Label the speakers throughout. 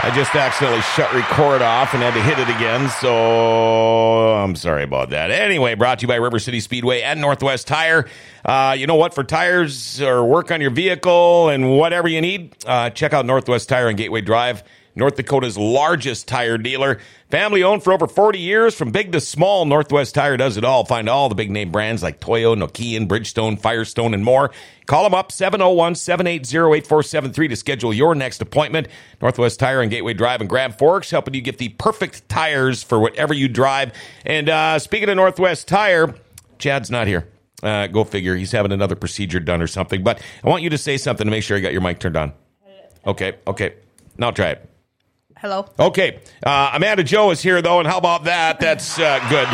Speaker 1: I just accidentally shut record off and had to hit it again, so I'm sorry about that. Anyway, brought to you by River City Speedway and Northwest Tire. Uh, you know what? For tires or work on your vehicle and whatever you need, uh, check out Northwest Tire and Gateway Drive, North Dakota's largest tire dealer. Family owned for over 40 years, from big to small, Northwest Tire does it all. Find all the big name brands like Toyo, Nokian, Bridgestone, Firestone, and more. Call them up 701 780 8473 to schedule your next appointment. Northwest Tire and Gateway Drive and Grand Forks helping you get the perfect tires for whatever you drive. And uh, speaking of Northwest Tire, Chad's not here. Uh, go figure. He's having another procedure done or something. But I want you to say something to make sure I got your mic turned on. Okay, okay. Now try it.
Speaker 2: Hello.
Speaker 1: Okay. Uh, Amanda Joe is here, though, and how about that? That's uh, good.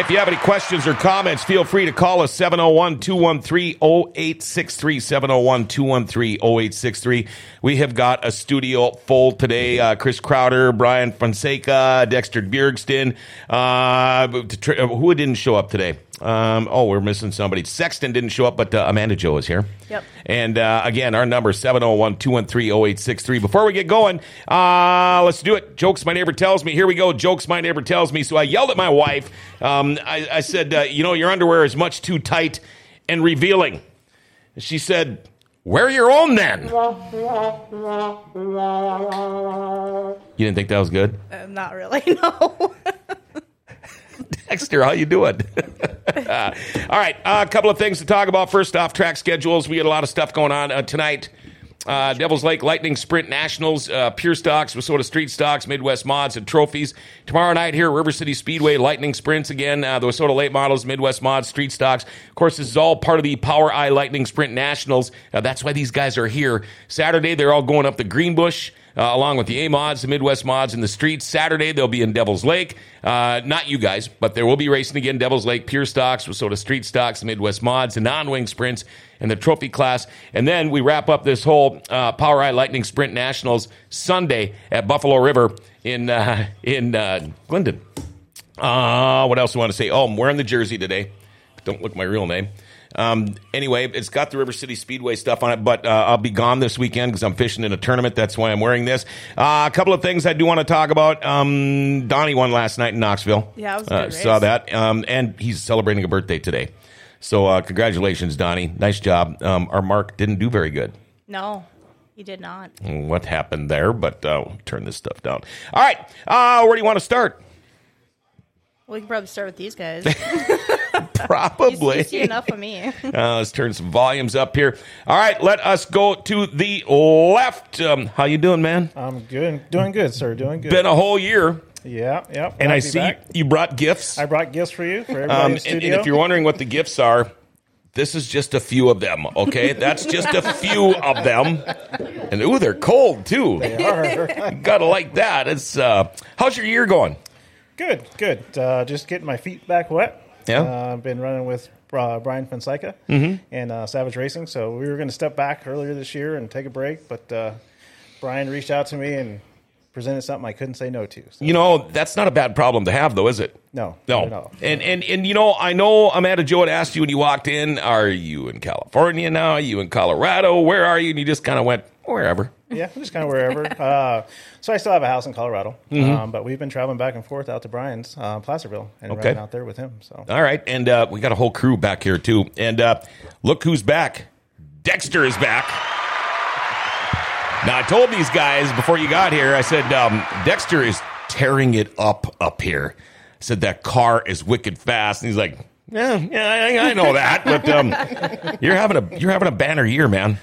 Speaker 1: If you have any questions or comments, feel free to call us 701 213 0863. 701 213 0863. We have got a studio full today. Uh, Chris Crowder, Brian Fonseca, Dexter Bjergsten. Uh, Tr- who didn't show up today? Um, oh, we're missing somebody. Sexton didn't show up, but uh, Amanda Joe is here.
Speaker 2: Yep.
Speaker 1: And uh, again, our number 701 213 0863. Before we get going, uh, let's do it. Jokes my neighbor tells me. Here we go. Jokes my neighbor tells me. So I yelled at my wife. Um, I, I said, uh, You know, your underwear is much too tight and revealing. She said, Wear your own then. You didn't think that was good?
Speaker 2: Uh, not really. No.
Speaker 1: Dexter, how you doing? All right, uh, a couple of things to talk about. First off, track schedules. We got a lot of stuff going on uh, tonight. Uh, Devil's Lake Lightning Sprint Nationals, uh, Pier Stocks, Wasota Street Stocks, Midwest Mods, and Trophies. Tomorrow night here at River City Speedway, Lightning Sprints again, uh, the Wasota Late Models, Midwest Mods, Street Stocks. Of course, this is all part of the Power Eye Lightning Sprint Nationals. Uh, that's why these guys are here. Saturday, they're all going up the Greenbush. Uh, along with the A mods, the Midwest mods, and the streets. Saturday, they'll be in Devil's Lake. Uh, not you guys, but there will be racing again Devil's Lake, Pier Stocks, Wasota Street Stocks, the Midwest mods, the non wing sprints, and the trophy class. And then we wrap up this whole uh, Power Eye Lightning Sprint Nationals Sunday at Buffalo River in, uh, in uh, Glendon. Uh, what else do I want to say? Oh, I'm wearing the jersey today. Don't look my real name. Um, anyway, it's got the River City Speedway stuff on it, but uh, I'll be gone this weekend because I'm fishing in a tournament. That's why I'm wearing this. Uh, a couple of things I do want to talk about. Um, Donnie won last night in Knoxville.
Speaker 2: Yeah, it was a
Speaker 1: uh,
Speaker 2: good race.
Speaker 1: saw that, um, and he's celebrating a birthday today. So uh, congratulations, Donnie. Nice job. Um, our Mark didn't do very good
Speaker 2: no, he did not.
Speaker 1: what happened there, but uh, we'll turn this stuff down. All right, uh, where do you want to start?
Speaker 2: We can probably start with these guys.
Speaker 1: Probably.
Speaker 2: You see enough of me.
Speaker 1: Uh, let's turn some volumes up here. All right, let us go to the left. Um, how you doing, man?
Speaker 3: I'm good. Doing good, sir. Doing good.
Speaker 1: Been a whole year,
Speaker 3: yeah, yeah. Glad
Speaker 1: and
Speaker 3: to
Speaker 1: I
Speaker 3: be
Speaker 1: see
Speaker 3: back.
Speaker 1: you brought gifts.
Speaker 3: I brought gifts for you for everybody in
Speaker 1: Um,
Speaker 3: the
Speaker 1: and, and
Speaker 3: studio.
Speaker 1: if you're wondering what the gifts are, this is just a few of them. Okay, that's just a few of them. And ooh, they're cold too.
Speaker 3: Arr.
Speaker 1: Gotta like that. It's uh, how's your year going?
Speaker 3: good, good. Uh, just getting my feet back wet.
Speaker 1: Yeah. Mm-hmm.
Speaker 3: Uh, I've been running with uh, Brian Fonseca and uh, Savage Racing. So we were going to step back earlier this year and take a break, but uh, Brian reached out to me and presented something I couldn't say no to. So,
Speaker 1: You know, that's not a bad problem to have, though, is it?
Speaker 3: No,
Speaker 1: No.
Speaker 3: not at all.
Speaker 1: And, and, and, you know, I know Amanda Joe had asked you when you walked in, are you in California now? Are you in Colorado? Where are you? And you just kind of went, wherever.
Speaker 3: yeah, just kind of wherever. Uh, so I still have a house in Colorado,
Speaker 1: Mm-hmm.
Speaker 3: um, but we've been traveling back and forth out to Brian's uh, Placerville and
Speaker 1: Okay.
Speaker 3: riding out there with him. So
Speaker 1: All right. And uh, we got a whole crew back here, too. And uh, look who's back. Dexter is back. Now, I told these guys before you got here, I said, um, Dexter is tearing it up up here. I said, that car is wicked fast. And he's like, yeah, yeah, I, I know that. But um, you're, having a, you're having a banner year, man.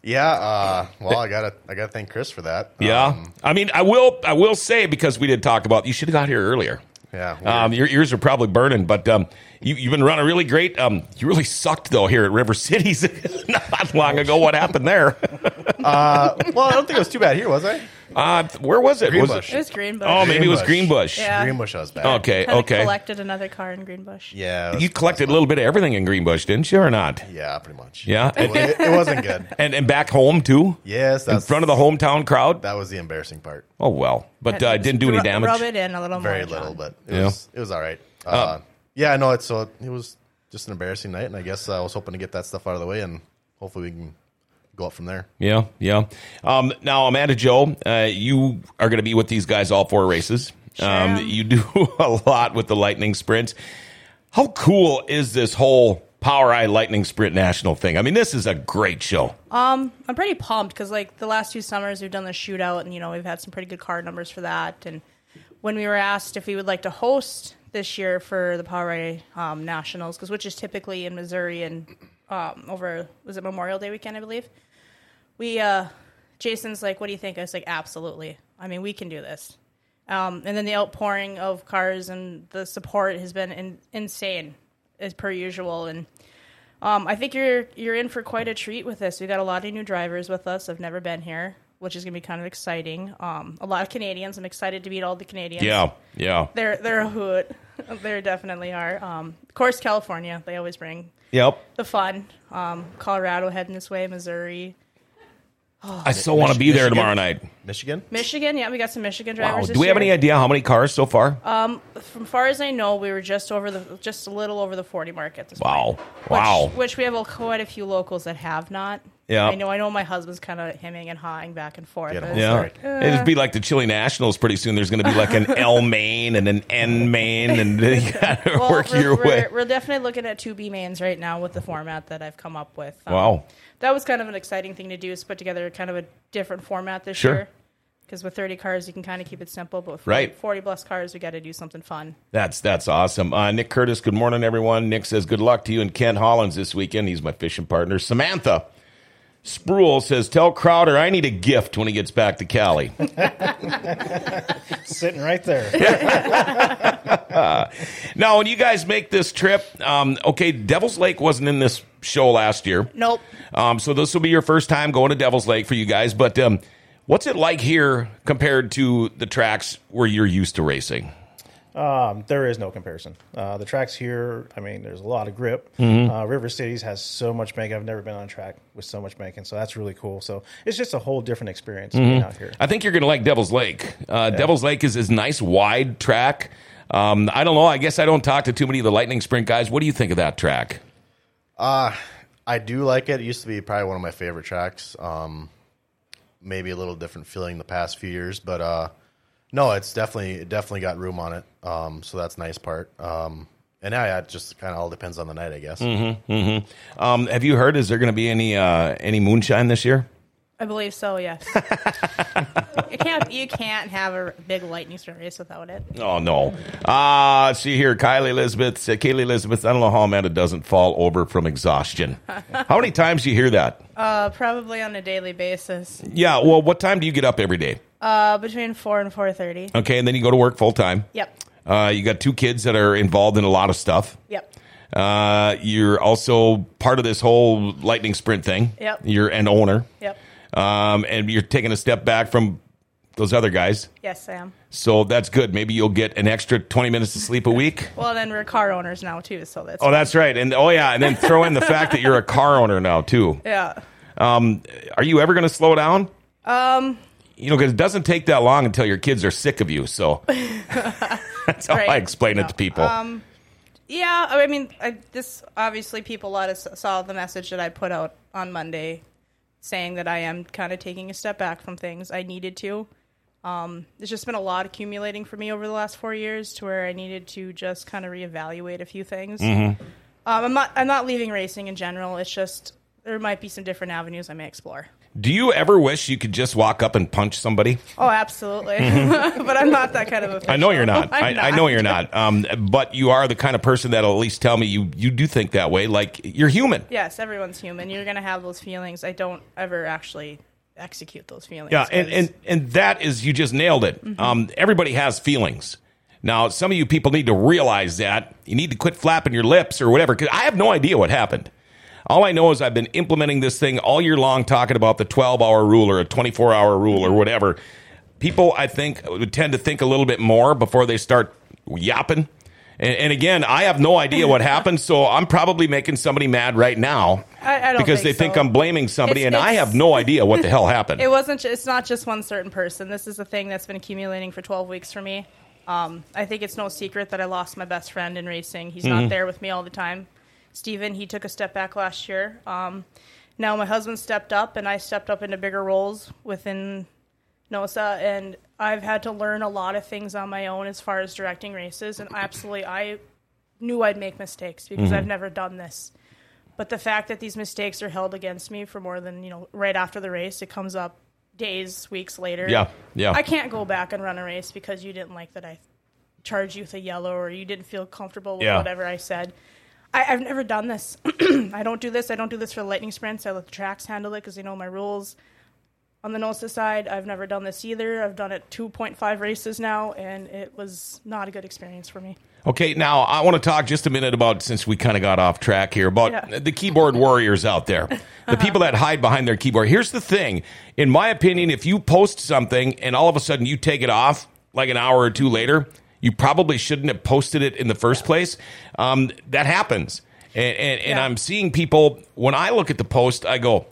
Speaker 4: Yeah. Uh, well, I gotta I gotta thank Chris for that.
Speaker 1: Yeah,
Speaker 4: Um,
Speaker 1: I mean, I will. I will say because we did talk about you should have got here earlier.
Speaker 4: yeah. weird.
Speaker 1: Um, your ears are probably burning, but um, you, you've been running really great. Um, you really sucked though here at River Cities not long ago. What happened there?
Speaker 4: Uh, well, I don't think it was too bad here, was I?
Speaker 1: Uh, where was it? Was
Speaker 4: Greenbush.
Speaker 2: it was Greenbush.
Speaker 1: Oh, maybe it was Greenbush.
Speaker 2: Yeah.
Speaker 4: Greenbush, I was back.
Speaker 1: Okay,
Speaker 2: Kinda
Speaker 1: okay.
Speaker 2: Collected another car in Greenbush.
Speaker 4: Yeah. it was-
Speaker 1: you collected a little bit of everything in Greenbush, didn't you, or not?
Speaker 4: yeah, pretty much.
Speaker 1: Yeah.
Speaker 4: It, wa- it- it wasn't good.
Speaker 1: And and back home too.
Speaker 4: Yes,
Speaker 1: in
Speaker 4: that's
Speaker 1: front of the hometown crowd.
Speaker 4: That was the embarrassing part.
Speaker 1: Oh well, but uh, didn't do any
Speaker 2: Rub-
Speaker 1: damage.
Speaker 2: Rub it in a little more.
Speaker 4: Very
Speaker 2: John.
Speaker 4: little, but it
Speaker 1: Yeah. Oh.
Speaker 4: was it was all right. Uh, yeah, no, it's so it was just an embarrassing night, and I guess I was hoping to get that stuff out of the way, and hopefully we can go up from there.
Speaker 1: Yeah, yeah. Um, now, Amanda Joe, uh, you are going to be with these guys all four races.
Speaker 2: Sure
Speaker 1: Um,
Speaker 2: am.
Speaker 1: you do a lot with the lightning sprints. How cool is this whole Power Eye Lightning Sprint National thing? I mean, this is a great show.
Speaker 2: I'm pretty pumped because like the last two summers we've done the shootout and you know we've had some pretty good card numbers for that. And when we were asked if we would like to host this year for the Power Ray um, Nationals, because which is typically in Missouri and um, over was it Memorial Day weekend I believe. We uh, Jason's like, what do you think? I was like, absolutely. I mean, we can do this. Um, and then the outpouring of cars and the support has been in- insane, as per usual. And um, I think you're you're in for quite a treat with this. We got a lot of new drivers with us. I've never been here, which is going to be kind of exciting. Um, a lot of Canadians. I'm excited to meet all the Canadians.
Speaker 1: Yeah, yeah.
Speaker 2: they're they're a hoot. they definitely are. Um, of course, California. They always bring
Speaker 1: Yep.
Speaker 2: the fun. Um, Colorado heading this way. Missouri,
Speaker 1: I still want to be there
Speaker 4: Michigan?
Speaker 1: tomorrow night.
Speaker 4: Michigan?
Speaker 2: Michigan. Yeah, we got some Michigan Uh,
Speaker 1: Wow.
Speaker 2: drivers.
Speaker 1: Do
Speaker 2: this
Speaker 1: we have any
Speaker 2: year.
Speaker 1: idea how many cars so far?
Speaker 2: From far as I know, we were just over the just a little over the 40 mark at this point.
Speaker 1: wow. Wow.
Speaker 2: Which, which we have a, quite a few locals that have not.
Speaker 1: Yeah.
Speaker 2: I know. I know. My husband's kind of hemming and hawing back and forth.
Speaker 4: Get 'em
Speaker 2: but-
Speaker 4: all.
Speaker 1: Yeah.
Speaker 4: Sorry.
Speaker 1: It'd be like the Chile Nationals pretty soon. There's going to be like an L main and an N main, and you got to
Speaker 2: Well,
Speaker 1: work
Speaker 2: we're,
Speaker 1: your
Speaker 2: we're,
Speaker 1: way.
Speaker 2: We're definitely looking at two B mains right now with the format that I've come up with. Um,
Speaker 1: Wow.
Speaker 2: That was kind of an exciting thing to do. Is put together kind of a different format this
Speaker 1: Sure.
Speaker 2: year. Because with 30 cars, you can kind of keep it simple, but with
Speaker 1: Right.
Speaker 2: 40 plus cars, we got to do something fun.
Speaker 1: That's that's awesome. Uh, Nick Curtis, good morning, everyone. Nick says, good luck to you and Kent Hollins this weekend. He's my fishing partner. Samantha Spruill says, tell Crowder I need a gift when he gets back to Cali.
Speaker 3: Sitting right there.
Speaker 1: now, when you guys make this trip, um, okay, Devil's Lake wasn't in this show last year.
Speaker 2: Nope.
Speaker 1: Um, so this will be your first time going to Devil's Lake for you guys. But um, what's it like here compared to the tracks where you're used to racing?
Speaker 3: Um, there is no comparison. Uh, the tracks here, I mean, there's a lot of grip.
Speaker 1: Mm-hmm.
Speaker 3: Uh, River Cities has so much bank. I've never been on a track with so much banking, so that's really cool. So it's just a whole different experience being
Speaker 1: Mm-hmm.
Speaker 3: out here.
Speaker 1: I think you're going to like Devil's Lake. Uh, Devil's Lake is this nice wide track. Um, I don't know. I guess I don't talk to too many of the Lightning Sprint guys. What do you think of that track?
Speaker 4: I do like it. It used to be probably one of my favorite tracks. Um, maybe a little different feeling the past few years, but uh, no, it's definitely it definitely got room on it. Um, so that's a nice part. Um, and yeah, it just kind of all depends on the night, I guess.
Speaker 1: Um, have you heard? Is there going to be any uh, any moonshine this year?
Speaker 2: I believe so, yes. you, can't, you can't have a big lightning storm race without it.
Speaker 1: Oh no! Ah, let's see here, Kylie Elizabeth, said, Kaylee Elizabeth. I don't know how Amanda doesn't fall over from exhaustion. how many times do you hear that?
Speaker 2: Uh, probably on a daily basis,
Speaker 1: Yeah. Well, what time do you get up every day?
Speaker 2: uh, between 4 and 4.30.
Speaker 1: Okay, and then you go to work full time.
Speaker 2: Yep,
Speaker 1: Uh, you got two kids that are involved in a lot of stuff.
Speaker 2: yep.
Speaker 1: Uh, you're also part of this whole lightning sprint thing.
Speaker 2: Yep.
Speaker 1: You're an owner.
Speaker 2: Yep.
Speaker 1: Um, and you're taking a step back from those other guys.
Speaker 2: Yes, Sam.
Speaker 1: So that's good. Maybe you'll get an extra 20 minutes of sleep a week.
Speaker 2: Well, then we're car owners now, too, so that's...
Speaker 1: Oh, that's right. And oh, yeah. And then throw in the fact that you're a car owner now, too.
Speaker 2: Yeah.
Speaker 1: Um, are you ever going to slow down? Um, you know, because it doesn't take that long until your kids are sick of you. So that's how I
Speaker 2: Right. Um.
Speaker 1: explain it to people.
Speaker 2: Yeah, I mean, I, this obviously people a lot of s- saw the message that I put out on Monday, saying that I am kind of taking a step back from things I needed to. Um, there's just been a lot accumulating for me over the last four years, to where I needed to just kind of reevaluate a few things.
Speaker 1: Mm-hmm.
Speaker 2: Um, I'm not I'm not leaving racing in general. It's just there might be some different avenues I may explore.
Speaker 1: Do you ever wish you could just walk up and punch somebody?
Speaker 2: Oh, absolutely, but I'm not that kind of a.
Speaker 1: I know you're not. I,
Speaker 2: I'm
Speaker 1: I
Speaker 2: not.
Speaker 1: know you're not. Um, but you are the kind of person that'll at least tell me you you do think that way. Like you're human.
Speaker 2: Yes, everyone's human. You're gonna have those feelings. I don't ever actually execute those feelings.
Speaker 1: Yeah, and
Speaker 2: 'cause-
Speaker 1: and and that is you just nailed it.
Speaker 2: Mm-hmm.
Speaker 1: Um, everybody has feelings. Now, some of you people need to realize that you need to quit flapping your lips or whatever. Because I have no idea what happened. All I know is I've been implementing this thing all year long, talking about the 12 hour rule or a 24 hour rule
Speaker 2: Mm-hmm.
Speaker 1: or whatever. People, I think, would tend to think a little bit more before they start yapping. And, and again, I have no idea what happened, so I'm probably making somebody mad right now
Speaker 2: I- I don't
Speaker 1: because
Speaker 2: think
Speaker 1: they think
Speaker 2: so.
Speaker 1: I'm blaming somebody,
Speaker 2: It's-
Speaker 1: and I
Speaker 2: it's-
Speaker 1: have no idea what the hell happened.
Speaker 2: it wasn't. ju- It's not just one certain person. This is a thing that's been accumulating for 12 weeks for me. Um, I think it's no secret that I lost my best friend
Speaker 1: Mm-hmm.
Speaker 2: in racing. He's not there with me all the time. Steven, he took a step back last year. Um, Now my husband stepped up, and I stepped up into bigger roles within NOSA, and I've had to learn a lot of things on my own as far as directing races. And absolutely, I knew I'd make mistakes because I've never done this. But the fact that these mistakes are held against me for more than you know, right after the race, it comes up days, weeks later.
Speaker 1: Yeah, yeah.
Speaker 2: I can't go back and run a race because you didn't like that I charged you with a yellow or you didn't feel comfortable with
Speaker 1: Yeah.
Speaker 2: whatever I said. I, I've never done this. I don't do this. I don't do this for the lightning sprints. I let the tracks handle it because they know my rules. On the NOSA side, I've never done this either. I've done it 2.5 races now, and it was not a good experience for me.
Speaker 1: Okay, now I want to talk just a minute about since we kind of got off track here about
Speaker 2: Yeah. Uh-huh.
Speaker 1: the keyboard warriors out there, the people that hide behind their keyboard. Here's the thing, in my opinion, if you post something and all of a sudden you take it off like an hour or two later, you probably shouldn't have posted it in the first place. Um, that happens, and and, and
Speaker 2: Yeah.
Speaker 1: I'm seeing people when I look at the post, I go.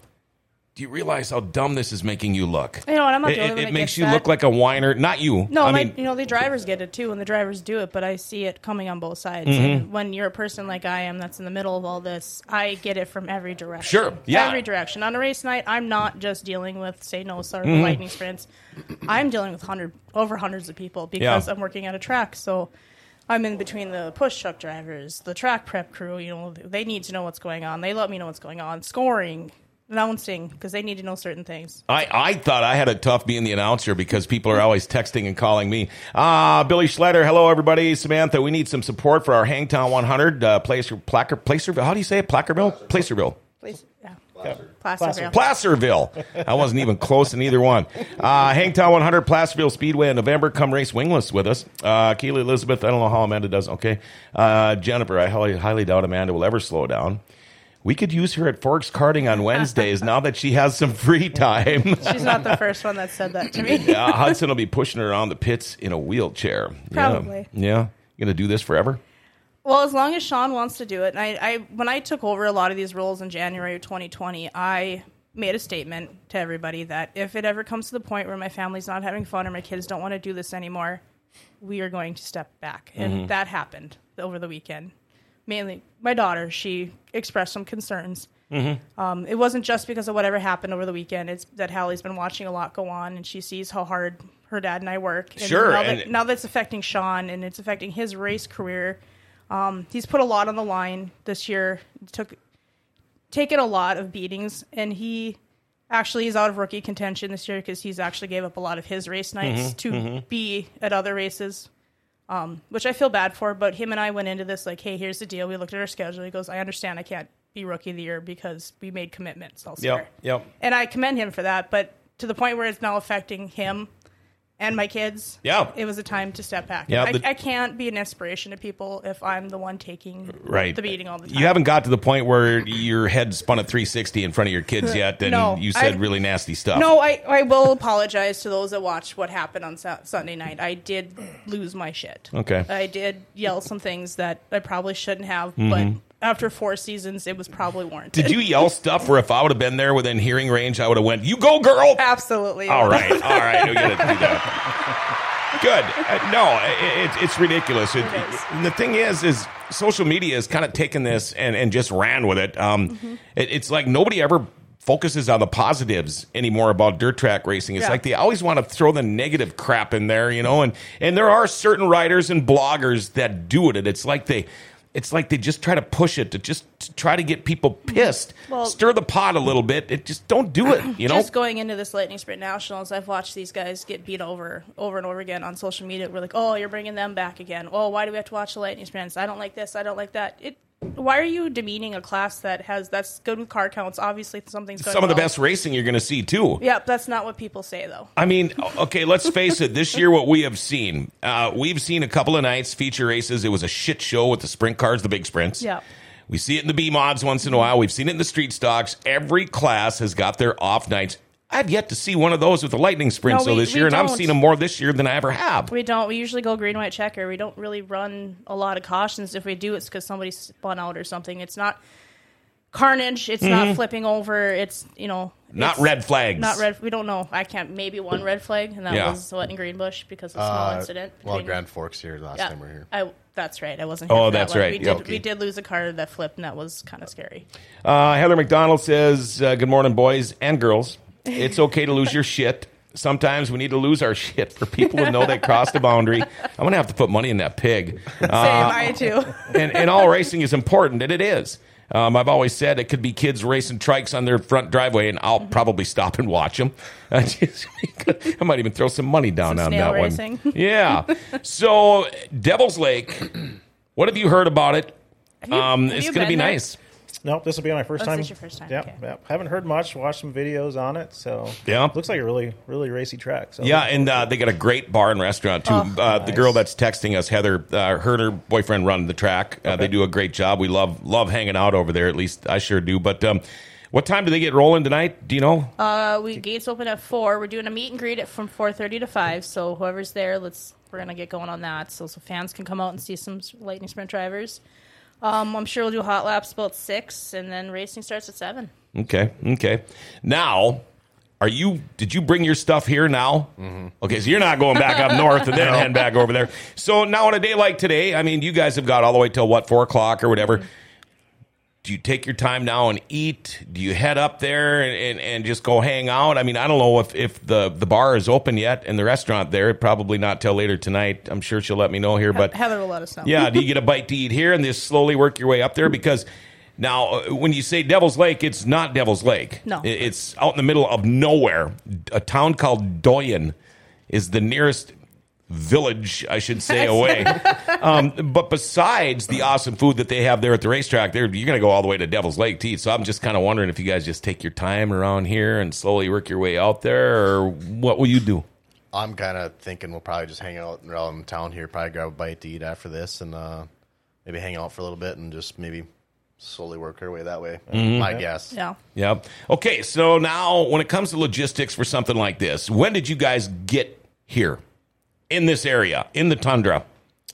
Speaker 1: Do you realize how dumb this is making you look?
Speaker 2: You know, and I'm not
Speaker 1: it,
Speaker 2: the only
Speaker 1: it-
Speaker 2: one
Speaker 1: it
Speaker 2: that
Speaker 1: makes
Speaker 2: gets
Speaker 1: you
Speaker 2: that.
Speaker 1: look like a whiner. Not you.
Speaker 2: No,
Speaker 1: I
Speaker 2: my,
Speaker 1: mean,
Speaker 2: you know the drivers get it too, and the drivers do it. But I see it coming on both sides.
Speaker 1: Mm-hmm.
Speaker 2: And when you're a person like I am, that's in the middle of all this, I get it from every direction.
Speaker 1: Sure, yeah.
Speaker 2: every direction. On a race night, I'm not just dealing with say no, sorry,
Speaker 1: Mm-hmm.
Speaker 2: the lightning sprints. I'm dealing with hundred over hundreds of people because
Speaker 1: Yeah.
Speaker 2: I'm working at a track, so. I'm in between the push truck drivers, the track prep crew. You know, they need to know what's going on. They let me know what's going on. Scoring, announcing, because they need to know certain things.
Speaker 1: I, I thought I had a tough being the announcer because people are always texting and calling me. Ah, Billy Schletter, hello everybody. Samantha, we need some support for our Hangtown 100 uh, Placer, Placer, Placerville. How do you say it? Placerville, Placerville.
Speaker 2: Please, yeah. Placer.
Speaker 3: Placer.
Speaker 2: yeah.
Speaker 1: Placerville. I wasn't even close in either one. Uh, Hangtown 100 Placerville Speedway in November. Come race wingless with us. Uh, Keely Elizabeth, I don't know how Amanda does. Okay. Uh, Jennifer, I highly, highly doubt Amanda will ever slow down. We could use her at Forks Karting on Wednesdays now that she has some free time.
Speaker 2: She's not the first one that said that to me.
Speaker 1: uh, Hudson will be pushing her around the pits in a wheelchair. Yeah.
Speaker 2: Probably.
Speaker 1: Yeah. You gonna do this forever?
Speaker 2: Well, as long as Sean wants to do it, and I, I when I took over a lot of these roles in January of 2020, I made a statement to everybody that if it ever comes to the point where my family's not having fun or my kids don't want to do this anymore, we are going to step back, and
Speaker 1: Mm-hmm.
Speaker 2: that happened over the weekend. Mainly, my daughter she expressed some concerns.
Speaker 1: Mm-hmm.
Speaker 2: Um, it wasn't just because of whatever happened over the weekend. It's that Hallie's been watching a lot go on, and she sees how hard her dad and I work. And
Speaker 1: Sure,
Speaker 2: Now, that,
Speaker 1: and-
Speaker 2: now that's affecting Sean, and it's affecting his race career. Um, he's put a lot on the line this year. Took taken a lot of beatings, and he actually is out of rookie contention this year because he's actually gave up a lot of his race nights
Speaker 1: Mm-hmm,
Speaker 2: to be at other races. Um, which I feel bad for, but him and I went into this like, hey, here's the deal. We looked at our schedule. He goes, I understand I can't be rookie of the year because we made commitments elsewhere.
Speaker 1: Yep.
Speaker 2: And I commend him for that, but to the point where it's now affecting him and my kids,
Speaker 1: Yeah.
Speaker 2: it was a time to step back.
Speaker 1: Yeah,
Speaker 2: I,
Speaker 1: the-
Speaker 2: I can't be an inspiration to people if I'm the one taking
Speaker 1: Right.
Speaker 2: the beating all the time.
Speaker 1: You haven't got to the point where your head spun at 360 in front of your kids yet, and
Speaker 2: Uh, No,
Speaker 1: you said
Speaker 2: I-
Speaker 1: really nasty stuff.
Speaker 2: No, I, I will apologize to those that watched what happened on Sa- Sunday night. I did lose my shit.
Speaker 1: Okay.
Speaker 2: I did yell some things that I probably shouldn't have, but after four seasons, it was probably warranted.
Speaker 1: Mm-hmm. Did you yell stuff where if I would have been there within hearing range, I would have went, "You go, girl."
Speaker 2: Absolutely.
Speaker 1: All right, all right, we gotta do that. Good. Uh, no, i- i- it, it's ridiculous. It-
Speaker 2: It is.
Speaker 1: and the thing is, is social media has kind of taken this and, and just ran with it. Um,
Speaker 2: Mm-hmm.
Speaker 1: it- It's like nobody ever focuses on the positives anymore about dirt track racing. It's
Speaker 2: Yeah.
Speaker 1: like they always want to throw the negative crap in there, you know. And and there are certain writers and bloggers that do it. And it's like they. It's like they just try to push it to just to try to get people pissed,
Speaker 2: Mm-hmm. Well-
Speaker 1: stir the pot a little bit. It just don't do it, you know.
Speaker 2: Just going into this Lightning Sprint Nationals, I've watched these guys get beat over over and over again on social media. We're like, oh, you're bringing them back again. Oh, why do we have to watch the Lightning Sprints? I don't like this. I don't like that. It. Why are you demeaning a class that has that's good with car counts? Obviously, something's going
Speaker 1: some of the
Speaker 2: well.
Speaker 1: best racing you're going to see too.
Speaker 2: Yeah, that's not what people say though.
Speaker 1: I mean, okay, let's face it. This year, what we have seen, uh, we've seen a couple of nights feature races. It was a shit show with the sprint cars, the big sprints.
Speaker 2: Yeah.
Speaker 1: we see it in the B mods once in a while. We've seen it in the street stocks. Every class has got their off nights. I've yet to see one of those with the lightning sprint.
Speaker 2: No,
Speaker 1: so
Speaker 2: we-
Speaker 1: this
Speaker 2: we
Speaker 1: year, and I've
Speaker 2: don't.
Speaker 1: seen them more this year than I ever have.
Speaker 2: We don't. We usually go green, white, checker. We don't really run a lot of cautions. If we do, it's because somebody spun out or something. It's not carnage. It's not flipping over. It's you know
Speaker 1: Mm-hmm. not
Speaker 2: it's
Speaker 1: red flags.
Speaker 2: Not red. We don't know. I can't. Maybe one red flag, and that
Speaker 1: Yeah.
Speaker 2: was what in Greenbush because of a small
Speaker 4: Uh,
Speaker 2: incident.
Speaker 4: Well,
Speaker 2: between-
Speaker 4: Grand Forks here last time we we're here.
Speaker 2: I That's right. I wasn't.
Speaker 1: Oh,
Speaker 2: for that
Speaker 1: that's
Speaker 2: one.
Speaker 1: right.
Speaker 2: We did,
Speaker 1: Yeah, okay.
Speaker 2: we did lose a car that flipped, and that was kind of scary.
Speaker 1: Uh, Heather McDonald says, uh, Good morning, boys and girls. It's okay to lose your shit. Sometimes we need to lose our shit for people to know they crossed the boundary. I'm going to have to put money in that pig. Uh,
Speaker 2: Same, I too.
Speaker 1: and, and all racing is important, and it is. Um, I've always said it could be kids racing trikes on their front driveway, and I'll probably stop and watch them. I, just- I might even throw some money down
Speaker 2: Some
Speaker 1: on
Speaker 2: snail
Speaker 1: that
Speaker 2: racing.
Speaker 1: one. Yeah. so, Devil's Lake, what have you heard about it?
Speaker 2: you-
Speaker 1: um,
Speaker 2: have
Speaker 1: it's
Speaker 2: you
Speaker 1: going to be
Speaker 2: been there?
Speaker 1: nice.
Speaker 3: Nope, this will be my first
Speaker 2: Oh,
Speaker 3: time.
Speaker 2: this is your first time,
Speaker 3: Yep,
Speaker 2: okay.
Speaker 3: yep. Haven't heard much. Watched some videos on it. So
Speaker 1: Yeah.
Speaker 3: looks like a really, really racy track. So
Speaker 1: Yeah, and uh, they got a great bar and restaurant too. uh, The girl that's texting us, Heather, uh, her and her boyfriend run the track. Uh, They do a great job. We love love hanging out over there. At least I sure do. But um, what time do they get rolling tonight? Do you know?
Speaker 2: Uh, we gates open at four. We're doing a meet and greet at from four thirty to five. So whoever's there, let's we're gonna get going on that. So so fans can come out and see some s- lightning sprint drivers. Um, I'm sure we'll do hot laps about six, and then racing starts at seven.
Speaker 1: okay, okay. Now, are you? Did you bring your stuff here now? Okay, so you're not going back up north and then head back over there. So now on a day like today, I mean, you guys have got all the way till what four o'clock or whatever. do you take your time now and eat? Do you head up there and, and, and just go hang out? I mean, I don't know if, if the, the bar is open yet and the restaurant there, probably not till later tonight. I'm sure she'll let me know here, but
Speaker 2: Heather will let us know.
Speaker 1: yeah, do you get a bite to eat here and just slowly work your way up there? Because now, uh, when you say Devil's Lake, it's not Devil's Lake.
Speaker 2: No.
Speaker 1: I- It's out in the middle of nowhere. A town called Doyen is the nearest village, I should say, away. um, but besides the awesome food that they have there at the racetrack, there you're going to go all the way to Devil's Lake to eat. So I'm just kind of wondering if you guys just take your time around here and slowly work your way out there, or what will you do?
Speaker 4: I'm kind of thinking we'll probably just hang out around town here, probably grab a bite to eat after this, and uh, maybe hang out for a little bit and just maybe slowly work our way that way. I guess.
Speaker 2: yeah.
Speaker 1: Yep. Okay, so now when it comes to logistics for something like this, when did you guys get here in this area, in the tundra?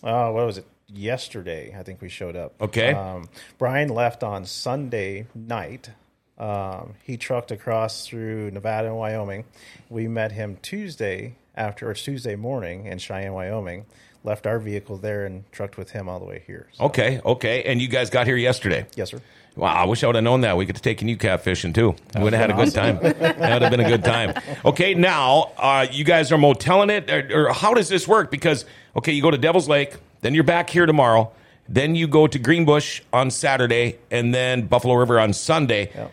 Speaker 3: Uh, what was it? Yesterday, I think we showed up.
Speaker 1: Okay.
Speaker 3: Um, Brian left on Sunday night. Um, he trucked across through Nevada and Wyoming. We met him Tuesday after, or Tuesday morning in Cheyenne, Wyoming. Left our vehicle there and trucked with him all the way here. So,
Speaker 1: Okay, okay. And you guys got here yesterday.
Speaker 3: Yes, sir.
Speaker 1: Wow, I wish I would have known that. We could have taken you cat fishing too. We would have had a good time. that would have been a good time. Okay, now uh, you guys are motelling it, or, or how does this work? Because okay, you go to Devil's Lake, then you're back here tomorrow, then you go to Greenbush on Saturday, and then Buffalo River on Sunday.
Speaker 3: Yep.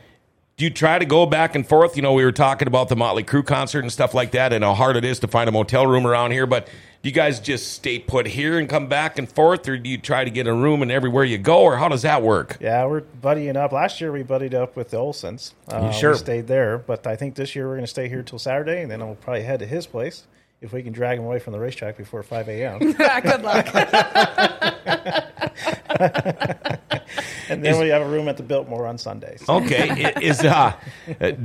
Speaker 1: Do you try to go back and forth? You know, we were talking about the Motley Crue concert and stuff like that, and how hard it is to find a motel room around here. But do you guys just stay put here and come back and forth, or do you try to get a room and everywhere you go, or how does that work?
Speaker 3: Yeah, we're buddying up. Last year we buddied up with the Olsons. Uh,
Speaker 1: sure?
Speaker 3: We stayed there, but I think this year we're going to stay here till Saturday, and then we'll probably head to his place if we can drag him away from the racetrack before 5 a.m.
Speaker 2: Good luck.
Speaker 3: and then we have a room at the Biltmore on Sundays.
Speaker 1: Okay, i- is uh,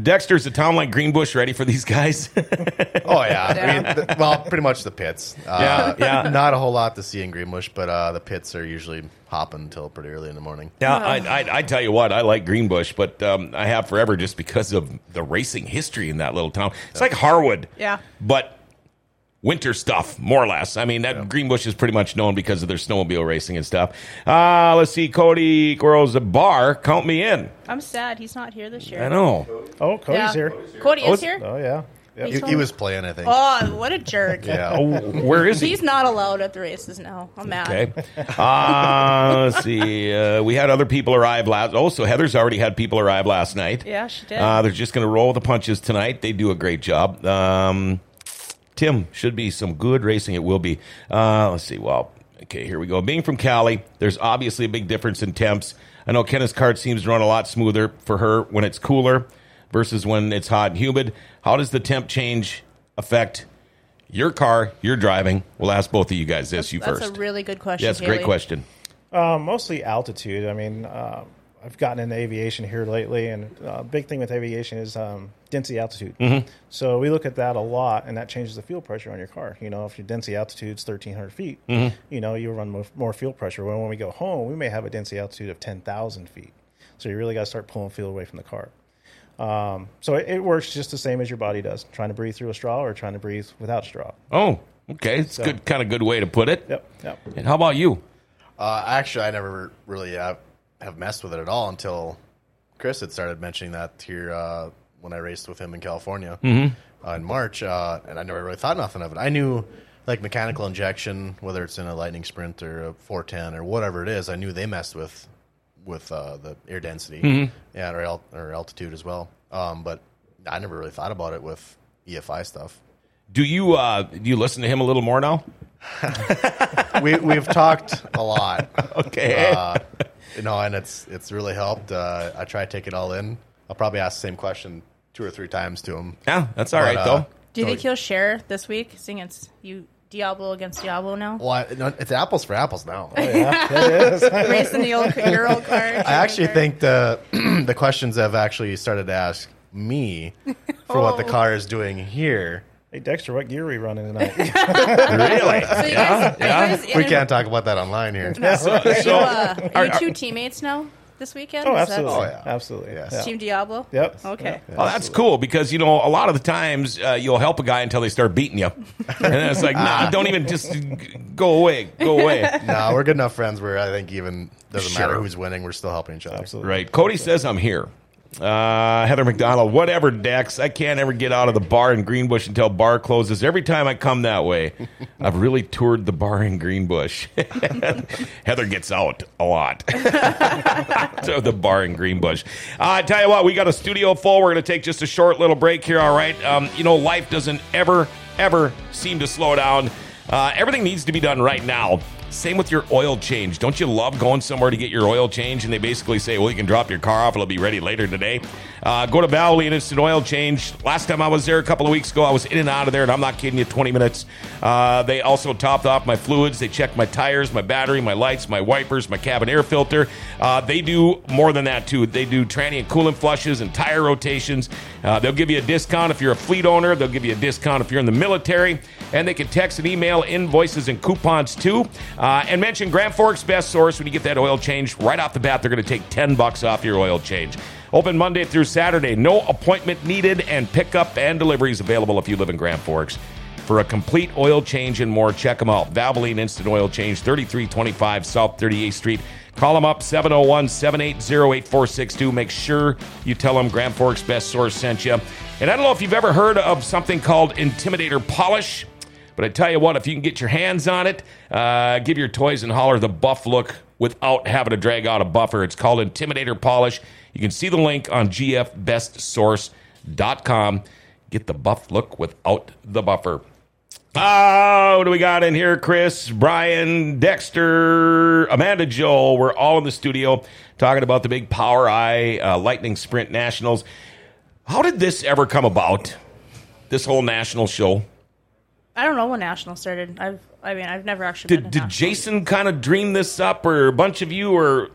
Speaker 1: Dexter's a town like Greenbush ready for these guys?
Speaker 4: Oh yeah. I
Speaker 2: Yeah.
Speaker 4: mean, th- well, pretty much the pits. Uh,
Speaker 1: Yeah, yeah.
Speaker 4: Not a whole lot to see in Greenbush, but uh, the pits are usually hopping until pretty early in the morning.
Speaker 1: Yeah, I, I, I tell you what, I like Greenbush, but um, I have forever just because of the racing history in that little town. It's like Harwood,
Speaker 2: Yeah.
Speaker 1: but winter stuff, more or less. I mean, that Greenbush is pretty much known because of their snowmobile racing and stuff. Uh, let's see, Cody Quarles, the bar, count me in.
Speaker 2: I'm sad he's not here this year.
Speaker 1: I know.
Speaker 3: Oh, Cody's
Speaker 2: Yeah.
Speaker 3: here.
Speaker 2: Cody
Speaker 1: Oh,
Speaker 2: is
Speaker 1: it's-
Speaker 2: here.
Speaker 3: Oh, yeah. Yep.
Speaker 4: He, he was playing, I think.
Speaker 2: Oh, what a jerk.
Speaker 4: Yeah.
Speaker 1: Oh, where is he?
Speaker 2: He's not allowed at the races now. I'm mad.
Speaker 1: Okay. Uh, let's see. Uh, we had other people arrive last. Oh, so Heather's already had people arrive last night.
Speaker 2: Yeah, she did.
Speaker 1: Uh, they're just going to roll with the punches tonight. They do a great job. Um, Tim, should be some good racing. It will be. Uh, let's see. Well, okay, here we go. Being from Cali, there's obviously a big difference in temps. I know Kenneth's cart seems to run a lot smoother for her when it's cooler versus when it's hot and humid. How does the temp change affect your car, your driving? We'll ask both of you guys this. you
Speaker 2: That's
Speaker 1: first.
Speaker 2: a really good question.
Speaker 1: yeah, it's a great
Speaker 2: Haley.
Speaker 1: question.
Speaker 3: Uh, mostly altitude. I mean, uh, I've gotten into aviation here lately, and a uh, big thing with aviation is um, density altitude. So we look at that a lot, and that changes the fuel pressure on your car. You know, if your density altitude's 1,300 feet, you know, you'll run more, more fuel pressure. Well, when we go home, we may have a density altitude of 10,000 feet. So you really got to start pulling fuel away from the car. Um, so it, it works just the same as your body does, trying to breathe through a straw or trying to breathe without straw.
Speaker 1: Oh, okay. It's a good kind of good way to put it.
Speaker 3: Yep, yep.
Speaker 1: And how about you?
Speaker 4: Uh, actually, I never really have, have messed with it at all until Chris had started mentioning that here uh, when I raced with him in California uh, in March, uh, and I never really thought nothing of it. I knew like mechanical injection, whether it's in a lightning sprint or a 410 or whatever it is, I knew they messed with with uh, the air density and or, al- or altitude as well. Um, but I never really thought about it with EFI stuff.
Speaker 1: Do you uh, do you listen to him a little more now?
Speaker 4: we, we've talked a lot.
Speaker 1: Okay.
Speaker 4: Uh, you know, and it's it's really helped. Uh, I try to take it all in. I'll probably ask the same question two or three times to him. uh,
Speaker 1: yeah, that's all right though.
Speaker 2: Do you think he'll share this week, seeing it's you Diablo against Diablo now?
Speaker 4: Well, I- no, it's apples for apples now.
Speaker 2: Racing the old your old card.
Speaker 4: I actually think the the questions have actually started to ask me for what the
Speaker 2: Oh.
Speaker 4: car is doing here.
Speaker 3: Hey Dexter, what gear are we running tonight? Oh,
Speaker 1: Really?
Speaker 2: So you guys,
Speaker 1: yeah.
Speaker 2: Are you guys in-
Speaker 4: We can't talk about that online here.
Speaker 1: So-
Speaker 2: Uh, are you two teammates now this weekend?
Speaker 3: oh,
Speaker 2: Is that-
Speaker 3: absolutely,
Speaker 4: Oh, yeah.
Speaker 3: absolutely.
Speaker 4: Yes.
Speaker 3: Yeah.
Speaker 2: Team Diablo.
Speaker 3: Yep.
Speaker 2: Okay.
Speaker 1: Well, oh, that's cool because you know a lot of the times uh, you'll help a guy until they start beating you, and then it's like, nah, don't even just g- go away, go away.
Speaker 4: No, we're good enough friends where I think even doesn't matter
Speaker 1: Sure.
Speaker 4: who's winning, we're still helping each other.
Speaker 3: Absolutely.
Speaker 1: Right? Cody says I'm here. Uh, Heather McDonald, whatever, Dex. I can't ever get out of the bar in Greenbush until bar closes. Every time I come that way, I've really toured the bar in Greenbush. Heather gets out a lot. to the bar in Greenbush. Uh, I tell you what, we got a studio full. We're going to take just a short little break here, all right? Um, you know, life doesn't ever, ever seem to slow down. Uh, everything needs to be done right now. Same with your oil change. Don't you love going somewhere to get your oil change? And they basically say, well, you can drop your car off. It'll be ready later today. Uh, go to Valley and Instant Oil Change. Last time I was there a couple of weeks ago, I was in and out of there, and I'm not kidding you, 20 minutes. Uh, they also topped off my fluids. They checked my tires, my battery, my lights, my wipers, my cabin air filter. Uh, they do more than that, too. They do tranny and coolant flushes and tire rotations. Uh, they'll give you a discount if you're a fleet owner. They'll give you a discount if you're in the military. And they can text and email invoices and coupons, too. Uh, and mention Grand Forks Best Source when you get that oil change. Right off the bat, they're going to take 10 bucks off your oil change. Open Monday through Saturday. No appointment needed, and pickup and deliveries available if you live in Grand Forks. For a complete oil change and more, check them out. Valvoline Instant Oil Change, 3325 South 38th Street. Call them up, 701 780 8462. Make sure you tell them Grand Forks Best Source sent you. And I don't know if you've ever heard of something called Intimidator Polish, but I tell you what, if you can get your hands on it, uh, give your toys and holler the buff look without having to drag out a buffer. It's called Intimidator Polish. You can see the link on gfbestsource.com. Get the buff look without the buffer. Oh, what do we got in here? Chris, Brian, Dexter, Amanda, Joel. We're all in the studio talking about the big Power Eye uh, Lightning Sprint Nationals. How did this ever come about? This whole national show.
Speaker 2: I don't know when national started. I've I mean I've never actually
Speaker 1: Did
Speaker 2: been to
Speaker 1: did
Speaker 2: Nationals.
Speaker 1: Jason kind of dream this up, or a bunch of you, or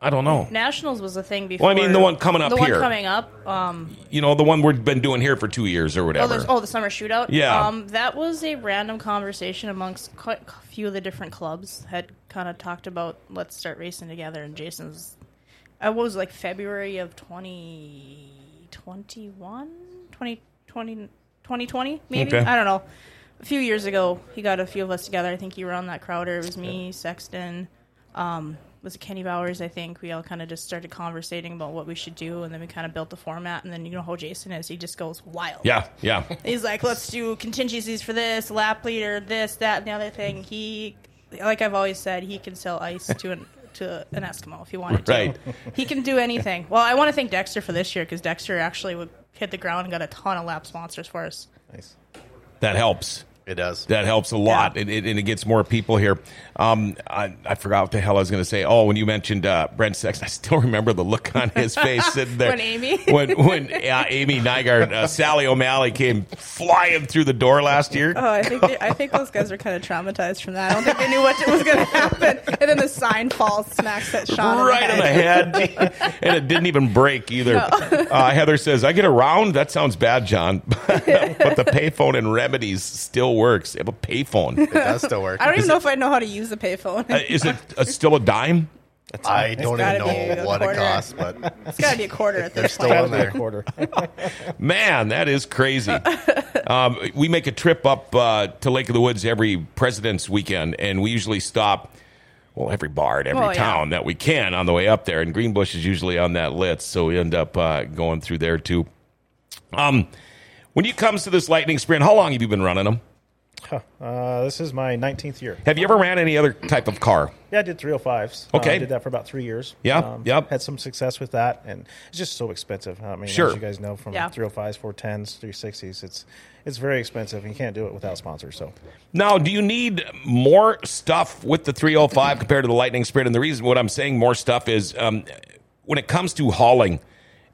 Speaker 1: I don't know.
Speaker 2: Nationals was a thing before.
Speaker 1: mean, the one coming up
Speaker 2: the
Speaker 1: here.
Speaker 2: one coming up. Um,
Speaker 1: You know, the one we've been doing here for two years or
Speaker 2: oh,
Speaker 1: whatever.
Speaker 2: there's, oh, the summer shootout.
Speaker 1: Yeah.
Speaker 2: Um, that was a random conversation amongst quite a few of the different clubs had kind of talked about let's start racing together. And Jason's, I was it, like February of 2021, 2020, 2020 maybe.
Speaker 1: Okay.
Speaker 2: I don't know. A few years ago, he got a few of us together. I think you were on that Crowder. It was me, Sexton. was it Kenny Bowers, I think. We all kind of just started conversating about what we should do, and then we kind of built the format. And then you know how Jason is; he just goes wild.
Speaker 1: yeah, yeah.
Speaker 2: he's like, "Let's do contingencies for this lap leader, this, that, and the other thing." He, like I've always said, he can sell ice to an to an Eskimo if he wanted to.
Speaker 1: Right.
Speaker 2: He can do anything. Well, I want to thank Dexter for this year because Dexter actually would hit the ground and got a ton of lap sponsors for us.
Speaker 3: Nice.
Speaker 1: That helps.
Speaker 4: It does.
Speaker 1: That helps a lot, and, it, and it gets more people here. Um, I, I forgot what the hell I was going to say. Oh, when you mentioned uh, Brent Sexton, I still remember the look on his face sitting there.
Speaker 2: When Amy-
Speaker 1: when when uh, Amy Nygaard, uh, Sally O'Malley came flying through the door last year.
Speaker 2: Oh, I think they, I think those guys were kind of traumatized from that. I don't think they knew what was going to happen. And then the sign falls, smacks at Sean.
Speaker 1: right
Speaker 2: in
Speaker 1: on the head, and it didn't even break either. Uh, Heather says, "I get around." That sounds bad, John, but the payphone and remedies still works. They have a payphone.
Speaker 4: It does still work.
Speaker 2: I don't even know if I know how to use the payphone.
Speaker 1: Uh, Is it uh, still a dime?
Speaker 4: I don't
Speaker 2: gotta
Speaker 4: even
Speaker 2: be
Speaker 4: know
Speaker 2: a
Speaker 4: what it
Speaker 2: quarter.
Speaker 4: costs, but
Speaker 2: It's got to be a quarter at
Speaker 4: They're
Speaker 2: this
Speaker 4: still
Speaker 2: point.
Speaker 3: Gotta
Speaker 4: on
Speaker 3: be
Speaker 4: there.
Speaker 3: a quarter.
Speaker 1: Man, that is crazy. um, we make a trip up uh, to Lake of the Woods every President's weekend, and we usually stop. well, every bar at every
Speaker 2: Well, yeah.
Speaker 1: town that we can on the way up there. And Greenbush is usually on that list, so we end up uh, going through there too. Um, when it comes to this lightning sprint, how long have you been running them?
Speaker 3: Uh, this is my 19th year.
Speaker 1: Have you ever ran any other type of car?
Speaker 3: Yeah, I did 305s. Uh,
Speaker 1: Okay.
Speaker 3: I did that for about three years. Um,
Speaker 1: Yeah, yep.
Speaker 3: Had some success with that, and it's just so expensive. I mean,
Speaker 1: Sure.
Speaker 3: as you guys know from
Speaker 2: Yeah.
Speaker 3: 305s, 410s, 360s, it's it's very expensive. and You can't do it without sponsors. So
Speaker 1: Now, do you need more stuff with the 305 compared to the Lightning Sprint? And the reason what I'm saying more stuff is um, when it comes to hauling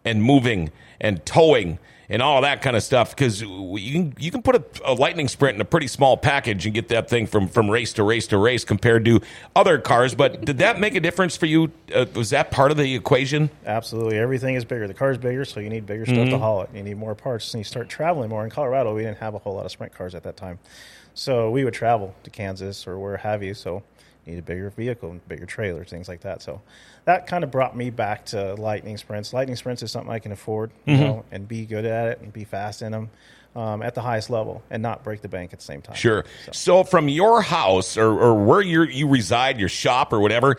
Speaker 1: and moving and towing and all that kind of stuff, because you can, you can put a, a Lightning Sprint in a pretty small package and get that thing from, from race to race to race compared to other cars. But did that make a difference for you? Uh, was that part of the equation?
Speaker 3: Absolutely. Everything is bigger. The car's bigger, so you need bigger stuff to haul it. You need more parts, and you start traveling more. In Colorado, we didn't have a whole lot of sprint cars at that time. So we would travel to Kansas or where have you. So you need a bigger vehicle and bigger trailer, things like that. So that kind of brought me back to lightning sprints. Lightning sprints is something I can afford you know, and be good at it and be fast in them um, at the highest level and not break the bank at the same time.
Speaker 1: Sure. So from your house or, or where you you reside, your shop or whatever,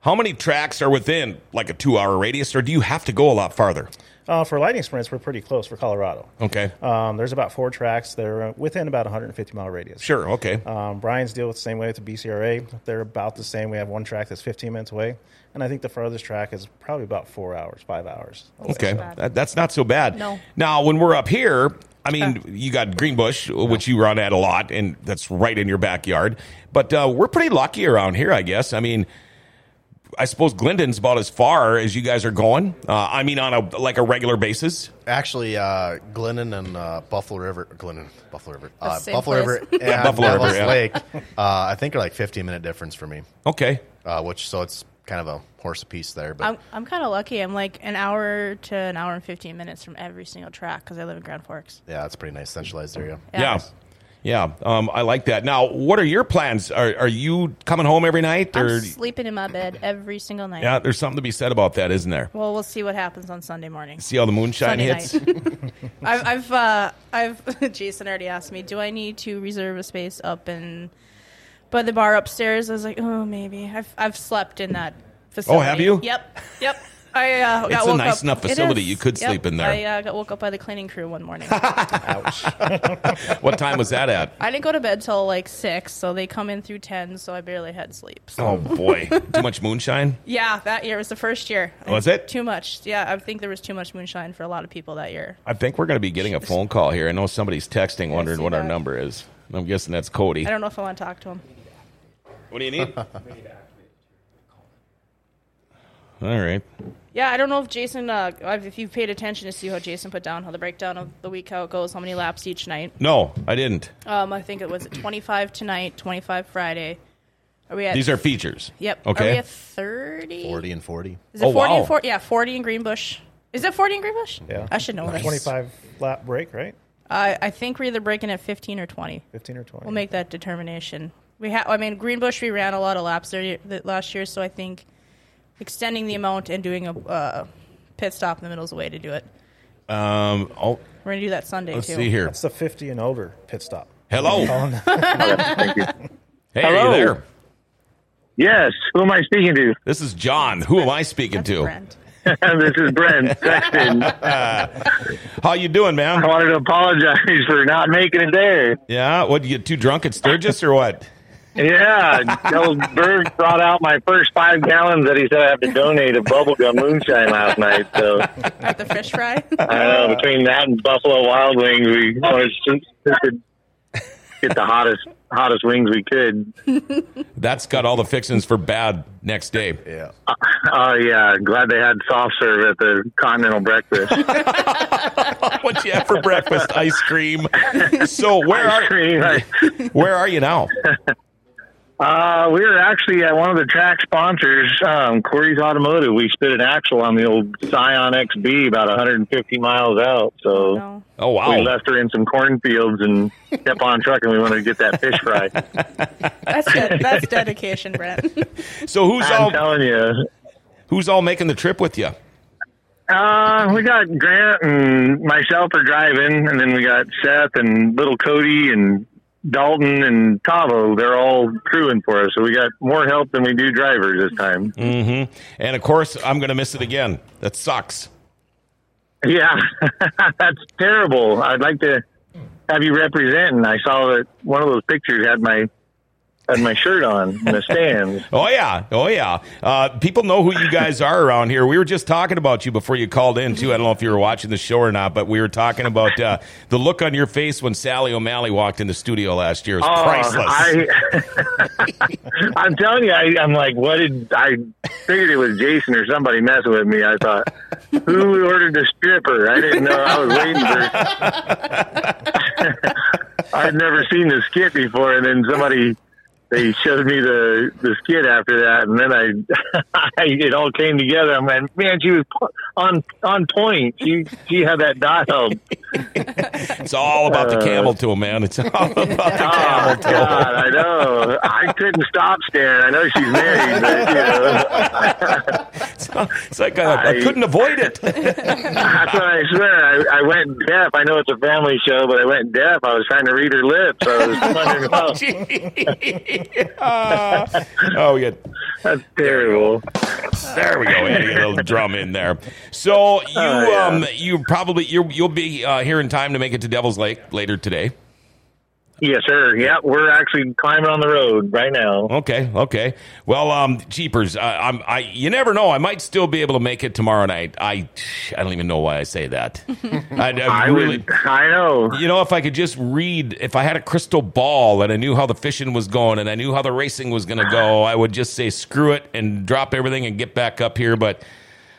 Speaker 1: how many tracks are within like a two hour radius, or do you have to go a lot farther?
Speaker 3: Uh, for lightning sprints, we're pretty close for Colorado.
Speaker 1: Okay.
Speaker 3: Um, there's about four tracks. They're uh, within about 150 mile radius.
Speaker 1: Sure. Okay.
Speaker 3: Um, Brian's deal with the same way with the BCRA. They're about the same. We have one track that's 15 minutes away, and I think the furthest track is probably about four hours, five hours. away.
Speaker 1: Okay.
Speaker 2: bad.
Speaker 1: That, that's not so bad.
Speaker 2: No.
Speaker 1: Now, when we're up here, I mean, you got Greenbush, which you run at a lot, and that's right in your backyard. But uh, we're pretty lucky around here, I guess. I mean, I suppose Glendon's about as far as you guys are going. Uh, I mean, on a like a regular basis.
Speaker 4: Actually, uh, Glennon and uh, Buffalo River, Glennon, Buffalo River, uh,
Speaker 2: same
Speaker 4: Buffalo
Speaker 2: place.
Speaker 4: River, and
Speaker 1: Buffalo River,
Speaker 4: Devil's
Speaker 1: yeah.
Speaker 4: Lake. Uh, I think are like 15 minute difference for me,
Speaker 1: Okay.
Speaker 4: uh, which so it's kind of a horse apiece there. But
Speaker 2: I'm, I'm kind of lucky. I'm like an hour to an hour and 15 minutes from every single track because I live in Grand Forks.
Speaker 4: yeah, it's a pretty nice centralized area.
Speaker 1: Yeah. Yeah, um, I like that. Now, what are your plans? Are, are you coming home every night?
Speaker 2: I'm
Speaker 1: Or
Speaker 2: sleeping in my bed every single night.
Speaker 1: yeah, there's something to be said about that, isn't there?
Speaker 2: Well, we'll see what happens on Sunday morning.
Speaker 1: See how the moonshine
Speaker 2: Sunday
Speaker 1: hits.
Speaker 2: night. I've, I've, uh, I've. Jason already asked me, do I need to reserve a space up in, by the bar upstairs? I was like, oh, maybe. I've, I've slept in that facility.
Speaker 1: Oh, have you?
Speaker 2: Yep. Yep. I uh, got
Speaker 1: It's a
Speaker 2: woke
Speaker 1: nice
Speaker 2: up-
Speaker 1: enough
Speaker 2: It
Speaker 1: facility.
Speaker 2: is.
Speaker 1: You could
Speaker 2: Yep.
Speaker 1: sleep in there.
Speaker 2: I uh, got woke up by the cleaning crew one morning.
Speaker 3: Ouch.
Speaker 1: what time was that at?
Speaker 2: I didn't go to bed till like six, so they come in through ten, so I barely had sleep. So.
Speaker 1: Oh boy, too much moonshine.
Speaker 2: Yeah, that year was the first year.
Speaker 1: Was it?
Speaker 2: too much? Yeah, I think there was too much moonshine for a lot of people that year.
Speaker 1: I think we're going to be getting a phone call here. I know somebody's texting, wondering
Speaker 2: see
Speaker 1: what our
Speaker 2: that.
Speaker 1: number is. And I'm guessing that's Cody.
Speaker 2: I don't know if I want to talk to him.
Speaker 1: What do you need? All right.
Speaker 2: Yeah, I don't know if Jason, uh, if you've paid attention to see how Jason put down, how the breakdown of the week, how it goes, how many laps each night.
Speaker 1: No, I didn't.
Speaker 2: Um, I think it was 25 tonight, 25 Friday. Are we at?
Speaker 1: These are features.
Speaker 2: Yep. Are
Speaker 1: Okay.
Speaker 2: we at 30?
Speaker 4: 40 and 40.
Speaker 2: Is it
Speaker 1: Oh,
Speaker 2: 40
Speaker 1: wow.
Speaker 2: and 40? Yeah, 40 in Greenbush. Is it 40 in Greenbush?
Speaker 3: Yeah.
Speaker 2: I should know this.
Speaker 3: 25 lap break, right?
Speaker 2: I I think we're either breaking at 15 or 20.
Speaker 3: 15 or 20.
Speaker 2: We'll make that determination. We ha- I mean, Greenbush, we ran a lot of laps there th- last year, so I think extending the amount and doing a uh, pit stop in the middle is the way to do it.
Speaker 1: Um, oh,
Speaker 2: We're going to do that Sunday,
Speaker 1: let's
Speaker 2: too.
Speaker 1: see here.
Speaker 3: That's the 50 and over pit stop.
Speaker 1: Hello. Hey,
Speaker 3: Calling-
Speaker 5: Thank you.
Speaker 1: are you
Speaker 5: Hello.
Speaker 1: there?
Speaker 5: Yes, who am I speaking to?
Speaker 1: This is John. Who am I speaking to?
Speaker 2: Brent.
Speaker 5: this is Brent Sexton. I
Speaker 1: How you doing, man?
Speaker 5: wanted to apologize for not making it there.
Speaker 1: Yeah, what you get too drunk at Sturgis or what?
Speaker 5: Yeah, old Berg brought out my first five gallons that he said I have to donate of bubblegum moonshine last night. So
Speaker 2: At the fish fry.
Speaker 5: I don't know between that and Buffalo Wild Wings, we wanted to get the hottest hottest wings we could.
Speaker 1: That's got all the fixings for bad next day.
Speaker 4: Yeah.
Speaker 5: Oh yeah, glad they had soft serve at the Continental Breakfast.
Speaker 1: What you have for breakfast? Ice cream. So where are
Speaker 5: Anyway,
Speaker 1: where are you now?
Speaker 5: Uh, we were actually at one of the track sponsors, um, Corey's Automotive. We spit an axle on the old Scion XB about 150 miles out. So
Speaker 2: No.
Speaker 1: Oh
Speaker 5: we
Speaker 1: wow.
Speaker 5: left her in some cornfields and kept on trucking. We wanted to get that fish fry.
Speaker 2: That's, de- that's dedication, Brent.
Speaker 1: So who's
Speaker 5: I'm
Speaker 1: all
Speaker 5: telling you.
Speaker 1: who's all making the trip with you?
Speaker 5: Uh, we got Grant and myself are driving, and then we got Seth and little Cody and Dalton and Tavo, they're all crewing for us. So we got more help than we do drivers this time.
Speaker 1: Mm-hmm. And of course, I'm going to miss it again. That sucks.
Speaker 5: Yeah, that's terrible. I'd like to have you represent. And I saw that one of those pictures had my had my shirt on in the stands.
Speaker 1: Oh yeah, oh yeah. Uh, people know who you guys are around here. We were just talking about you before you called in too. I don't know if you were watching the show or not, but we were talking about uh, the look on your face when Sally O'Malley walked in the studio last year. It was priceless.
Speaker 5: Oh, I, I'm telling you, I, I'm like, what did I figured it was Jason or somebody messing with me? I thought, who ordered the stripper? I didn't know I was waiting for. I'd never seen the skit before, and then somebody they showed me the the skit after that, and then I, I it all came together. I'm like, man, she was po- on on point. She she had that dial.
Speaker 1: It's all about the camel toe, man. It's all about the
Speaker 5: Oh
Speaker 1: camel toe.
Speaker 5: God, I know. I couldn't stop staring. I know she's married, but you know,
Speaker 1: It's like uh, I
Speaker 5: I-
Speaker 1: couldn't avoid it.
Speaker 5: that's what I swear. I, I went deaf. I know it's a family show, but I went deaf. I was trying to read her lips. I was wondering, oh,
Speaker 1: Ah. oh yeah.
Speaker 5: that's terrible.
Speaker 1: There we go, adding a little drum in there. So you,
Speaker 5: Oh, yeah.
Speaker 1: um, you probably you you'll be uh, here in time to make it to Devil's Lake later today.
Speaker 5: Yes, sir. Yeah, we're actually climbing on the road right now.
Speaker 1: Okay, okay. Well, um, jeepers, I, I'm, I, you never know. I might still be able to make it tomorrow night. I, I don't even know why I say that. I, I
Speaker 5: I
Speaker 1: really,
Speaker 5: would. I know.
Speaker 1: you know, if I could just read, if I had a crystal ball and I knew how the fishing was going and I knew how the racing was going to go, I would just say screw it and drop everything and get back up here. But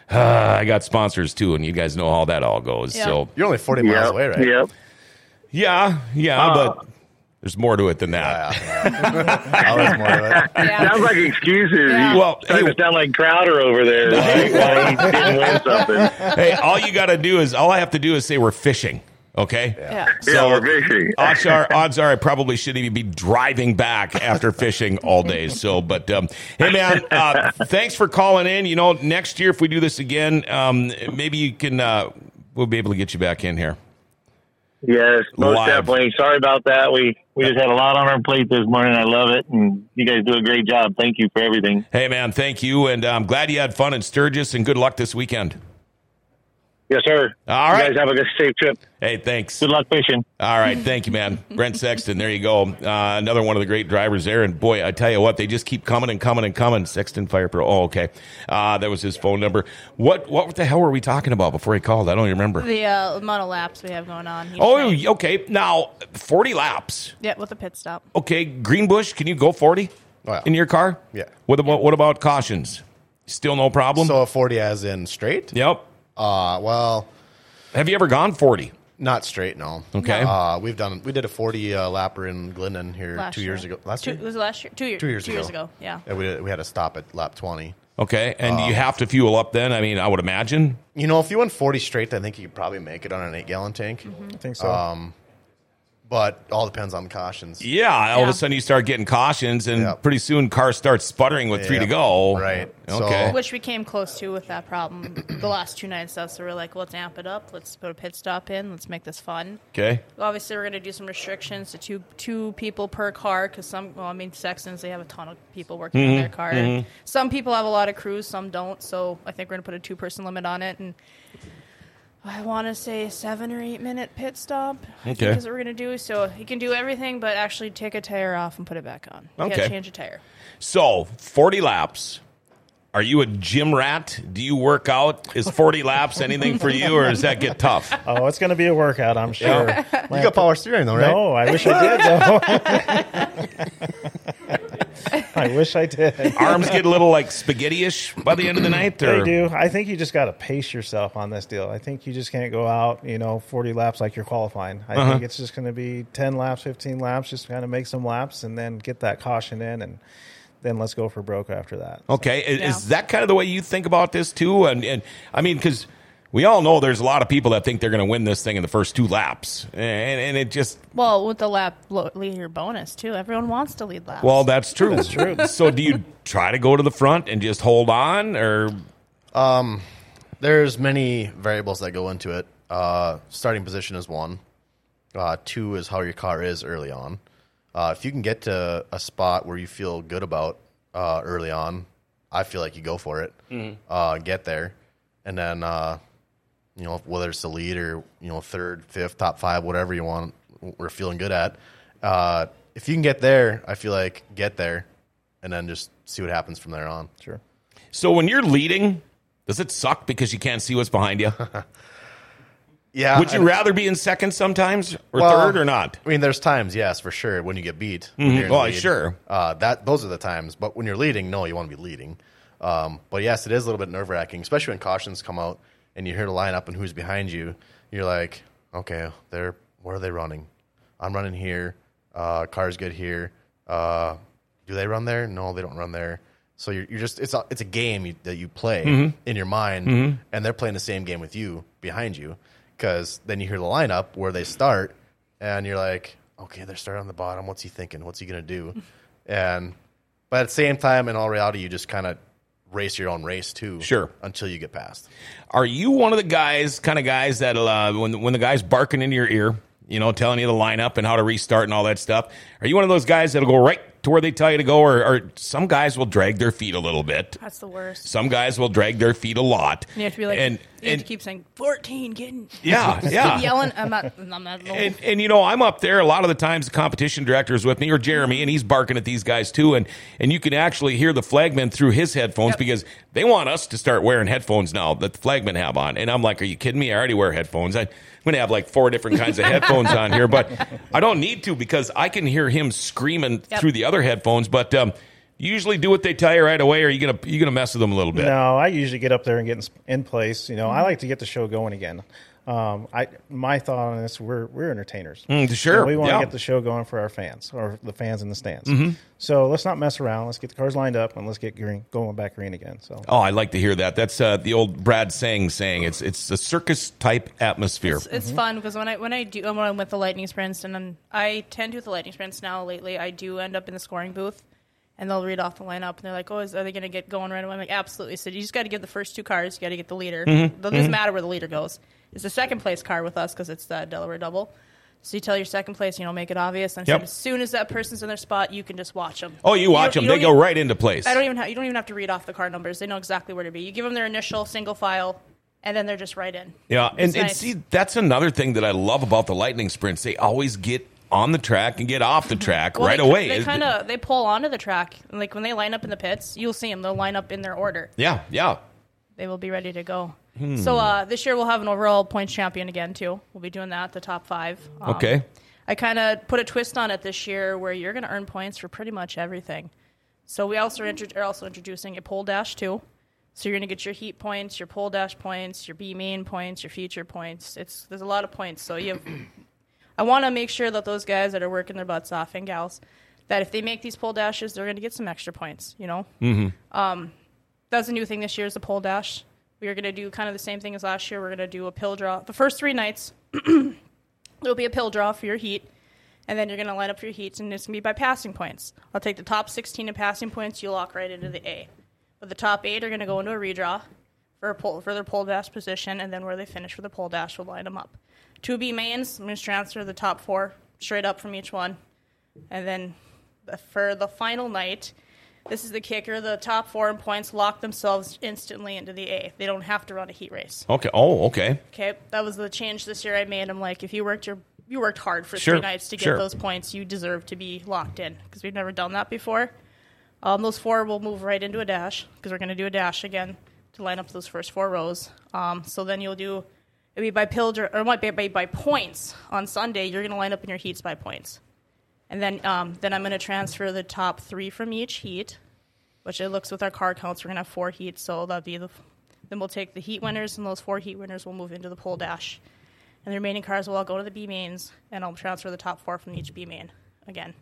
Speaker 1: uh, I got sponsors too, and you guys know how that all goes.
Speaker 2: Yeah.
Speaker 1: So
Speaker 4: You're only 40 miles
Speaker 5: Yep.
Speaker 4: away, right?
Speaker 5: Yep.
Speaker 1: yeah, yeah,
Speaker 5: Uh,
Speaker 1: but there's more to it than that.
Speaker 4: I was Oh, more of it.
Speaker 2: Yeah.
Speaker 5: Sounds like excuses.
Speaker 2: Yeah.
Speaker 5: You
Speaker 1: Well,
Speaker 5: starting
Speaker 1: hey-
Speaker 5: to sound like Crowder over there. Like, why he didn't win something?
Speaker 1: hey, all you got to do is all I have to do is say we're fishing. Okay.
Speaker 2: Yeah.
Speaker 5: yeah, we're fishing.
Speaker 1: odds are, odds are I probably shouldn't even be driving back after fishing all day. So, but um, hey, man, uh, thanks for calling in. You know, next year if we do this again, um, maybe you can uh, we'll be able to get you back in here.
Speaker 5: Yes, most
Speaker 1: Live.
Speaker 5: definitely. Sorry about that. We we just had a lot on our plate this morning. I love it, and you guys do a great job. Thank you for everything.
Speaker 1: Hey, man, thank you, and I'm glad you had fun in Sturgis, and good luck this weekend.
Speaker 5: Yes, sir.
Speaker 1: All right.
Speaker 5: You guys have a good safe trip.
Speaker 1: Hey, thanks.
Speaker 5: Good luck fishing.
Speaker 1: All right, thank you, man. Brent Sexton, there you go. Uh, another one of the great drivers there. And boy, I tell you what, they just keep coming and coming and coming. Sexton Fire Pro. Oh, okay. Uh, that was his phone number. What what the hell were we talking about before he called? I don't even remember.
Speaker 2: The uh, amount of laps we have going on. each
Speaker 1: Oh,
Speaker 2: night.
Speaker 1: okay. Now, 40 laps.
Speaker 2: yeah, with a pit stop.
Speaker 1: Okay, Greenbush, can you go 40
Speaker 4: Oh, yeah.
Speaker 1: in your car?
Speaker 4: Yeah.
Speaker 1: What about, what about cautions? Still no problem?
Speaker 4: So a 40 as in straight?
Speaker 1: yep.
Speaker 4: Uh, well,
Speaker 1: Have you ever gone 40?
Speaker 4: not straight, no.
Speaker 1: Okay.
Speaker 4: Uh, we've done, we did a 40 uh, lapper in Glendon here
Speaker 2: Last
Speaker 4: two years
Speaker 2: year.
Speaker 4: ago. Last
Speaker 2: Two,
Speaker 4: year?
Speaker 2: was it last year? Two years.
Speaker 4: Two years
Speaker 2: two
Speaker 4: ago.
Speaker 2: years ago. Yeah.
Speaker 4: Yeah, we, we had to stop at lap 20.
Speaker 1: Okay, and
Speaker 4: Uh,
Speaker 1: you have to fuel up then? I mean, I would imagine.
Speaker 4: You know, if you went 40 straight, I think you could probably make it on an eight gallon tank.
Speaker 3: I think so.
Speaker 4: Um, But all depends on cautions.
Speaker 1: Yeah, all of
Speaker 2: Yeah.
Speaker 1: a sudden you start getting cautions, and
Speaker 4: Yep.
Speaker 1: pretty soon cars start sputtering with three to
Speaker 4: Yep.
Speaker 1: go.
Speaker 4: Right.
Speaker 1: Okay.
Speaker 4: So-
Speaker 2: Which we came close to with that problem the last two nights. Though, so we're like, let's amp it up. Let's put a pit stop in. Let's make this fun.
Speaker 1: okay.
Speaker 2: Obviously, we're going to do some restrictions to two two people per car because some. Well, I mean, Sextons they have a ton of people working in their
Speaker 1: Mm-hmm.
Speaker 2: car. Some people have a lot of crews, some don't. So I think we're going to put a two person limit on it, and I want to say seven or eight minute pit stop. I
Speaker 1: Okay.
Speaker 2: think is what we're going to do. So you can do everything, but actually take a tire off and put it back on. You
Speaker 1: Okay.
Speaker 2: Can't change a tire.
Speaker 1: So, 40 laps. Are you a gym rat? Do you work out? Is 40 laps anything for you, or does that get tough?
Speaker 3: oh, it's going to be a workout, I'm sure.
Speaker 4: You got power steering though, right?
Speaker 3: No, I wish I did though. I wish I did.
Speaker 1: Arms get a little like spaghetti-ish by the end of the night, or
Speaker 3: They do. I think you just got to pace yourself on this deal. I think you just can't go out, you know, 40 laps like you're qualifying. I
Speaker 1: Uh-huh.
Speaker 3: think it's just going to be 10 laps, 15 laps, just kind of make some laps and then get that caution in and then let's go for broke after that.
Speaker 1: Okay, is, is
Speaker 2: Yeah.
Speaker 1: that kind of the way you think about this too? And and I mean, because we all know there's a lot of people that think they're going to win this thing in the first two laps, and and it just
Speaker 2: Well, with the lap lo- leader bonus too, everyone wants to lead laps.
Speaker 1: well, that's true. That's true. so do you try to go to the front and just hold on, or
Speaker 4: There's many variables that go into it. Uh, starting position is one. Uh, two is how your car is early on. Uh, if you can get to a spot where you feel good about uh, early on, I feel like you go for it.
Speaker 1: Mm-hmm.
Speaker 4: Uh, get there, and then uh, you know whether it's the lead or you know third, fifth, top five, whatever you want, we're feeling good at. Uh, if you can get there, I feel like get there, and then just see what happens from there on.
Speaker 3: Sure.
Speaker 1: So when you're leading, does it suck because you can't see what's behind you?
Speaker 4: Yeah,
Speaker 1: Would you
Speaker 4: I-
Speaker 1: rather be in second sometimes or
Speaker 4: Well,
Speaker 1: third or not?
Speaker 4: I mean, there's times, yes, for sure, when you get beat. when
Speaker 1: Mhm.
Speaker 4: you're in the
Speaker 1: Well,
Speaker 4: lead.
Speaker 1: sure.
Speaker 4: Uh, that those are the times. But when you're leading, no, you want to be leading. Um, but yes, it is a little bit nerve wracking, especially when cautions come out and you hear the lineup and who's behind you. You're like, okay, they're where are they running? I'm running here. Uh, cars get here. Uh, do they run there? No, they don't run there. So you're, you're just it's a, it's a game you, that you play in your mind, and they're playing the same game with you behind you because then you hear the lineup where they start, and you're like, okay, they're starting on the bottom. What's he thinking? What's he gonna do? And but at the same time, in all reality, you just kind of race your own race too.
Speaker 1: Sure.
Speaker 4: until you get past.
Speaker 1: Are you one of the guys, kind of guys that'll uh, when when the guy's barking into your ear, you know, telling you the lineup and how to restart and all that stuff? Are you one of those guys that'll go right to where they tell you to go, or, or some guys will drag their feet a little bit?
Speaker 2: That's the worst.
Speaker 1: Some guys will drag their feet a lot.
Speaker 2: And you have to be like,
Speaker 1: and
Speaker 2: you have
Speaker 1: and
Speaker 2: to keep saying fourteen, getting
Speaker 1: yeah, yeah.
Speaker 2: yelling. I'm not. I'm not.
Speaker 1: Oh. and, and you know I'm up there a lot of the times the competition director is with me or Jeremy and he's barking at these guys too and and you can actually hear the flagman through his headphones
Speaker 2: Yep.
Speaker 1: because they want us to start wearing headphones now that the flagmen have on and I'm like are you kidding me I already wear headphones I, am gonna have like four different kinds of headphones on here but I don't need to because I can hear him screaming
Speaker 2: Yep.
Speaker 1: through the other headphones but um, you usually do what they tell you right away or you gonna you gonna mess with them a little bit
Speaker 3: No, I usually get up there and get in, in place. You know, I like to get the show going again. Um, I my thought on this: we're we're entertainers.
Speaker 1: Mm, sure,
Speaker 3: So we want to
Speaker 1: yeah. Mm-hmm.
Speaker 3: get the show going for our fans or the fans in the stands. So let's not mess around. Let's get the cars lined up and let's get green, going back green again. So
Speaker 1: Oh, I like to hear that. That's uh, the old Brad Sang saying. It's it's a circus type atmosphere.
Speaker 2: It's, it's fun because when I when I do when I'm with the lightning sprints and I'm, I tend to with the lightning sprints now lately I do end up in the scoring booth and they'll read off the lineup and they're like oh is, are they going to get going right away I'm like absolutely so you just got to give the first two cars you got to get the leader
Speaker 1: Mm-hmm.
Speaker 2: it doesn't matter where the leader goes it's the second place car with us because it's the Delaware double so you tell your second place you know make it obvious and
Speaker 1: Yep.
Speaker 2: as soon as that person's in their spot you can just watch them
Speaker 1: Oh, you watch them; they go right into place.
Speaker 2: I don't even have, you don't even have to read off the car numbers they know exactly where to be you give them their initial single file and then they're just right in
Speaker 1: yeah, and,
Speaker 2: It's
Speaker 1: and
Speaker 2: nice.
Speaker 1: see, that's another thing that I love about the lightning sprints. They always get on the track and get off the track
Speaker 2: Well,
Speaker 1: right
Speaker 2: they,
Speaker 1: away.
Speaker 2: They kind of they pull onto the track. Like when they line up in the pits, you'll see them. They'll line up in their order.
Speaker 1: yeah, yeah.
Speaker 2: They will be ready to go.
Speaker 1: Hmm.
Speaker 2: So uh, this year we'll have an overall points champion again too. We'll be doing that the top five. Um,
Speaker 1: Okay.
Speaker 2: I kind of put a twist on it this year where you're going to earn points for pretty much everything. So we also intro- are also introducing a pole dash too. So you're going to get your heat points, your pole dash points, your B main points, your feature points. It's there's a lot of points. So you, have, I want to make sure that those guys that are working their butts off and gals, that if they make these pole dashes, they're going to get some extra points. You know, mm-hmm. um, that's a new thing this year is the pole dash. We are going to do kind of the same thing as last year. We're going to do a pill draw. The first three nights, It'll be a pill draw for your heat, and then you're going to line up your heats, and it's going to be by passing points. I'll take the top 16 in passing points. You lock right into the A. But the top eight are going to go into a redraw for a pole, for their pole dash position, and then where they finish for the pole dash, we'll line them up. Two B mains. I'm going to transfer the top four straight up from each one, and then the- for the final night. This is the kicker. The top four in points lock themselves instantly into the A. They don't have to run a heat race.
Speaker 1: Okay. Oh, okay.
Speaker 2: Okay, that was the change this year I made. I'm like, if you worked your you worked hard for
Speaker 1: Sure,
Speaker 2: three nights to get
Speaker 1: sure.
Speaker 2: those points, you deserve to be locked in because we've never done that before. Um, those four will move right into a dash because we're going to do a dash again to line up those first four rows. Um, so then you'll do it'll be by pilger or it might be by, by points on Sunday. You're going to line up in your heats by points, and then um, then I'm going to transfer the top three from each heat, which it looks with our car counts. We're going to have four heats, so that'll be the then we'll take the heat winners, and those four heat winners will move into the pole dash. And the remaining cars will all go to the B mains, and I'll transfer the top four from each B main again.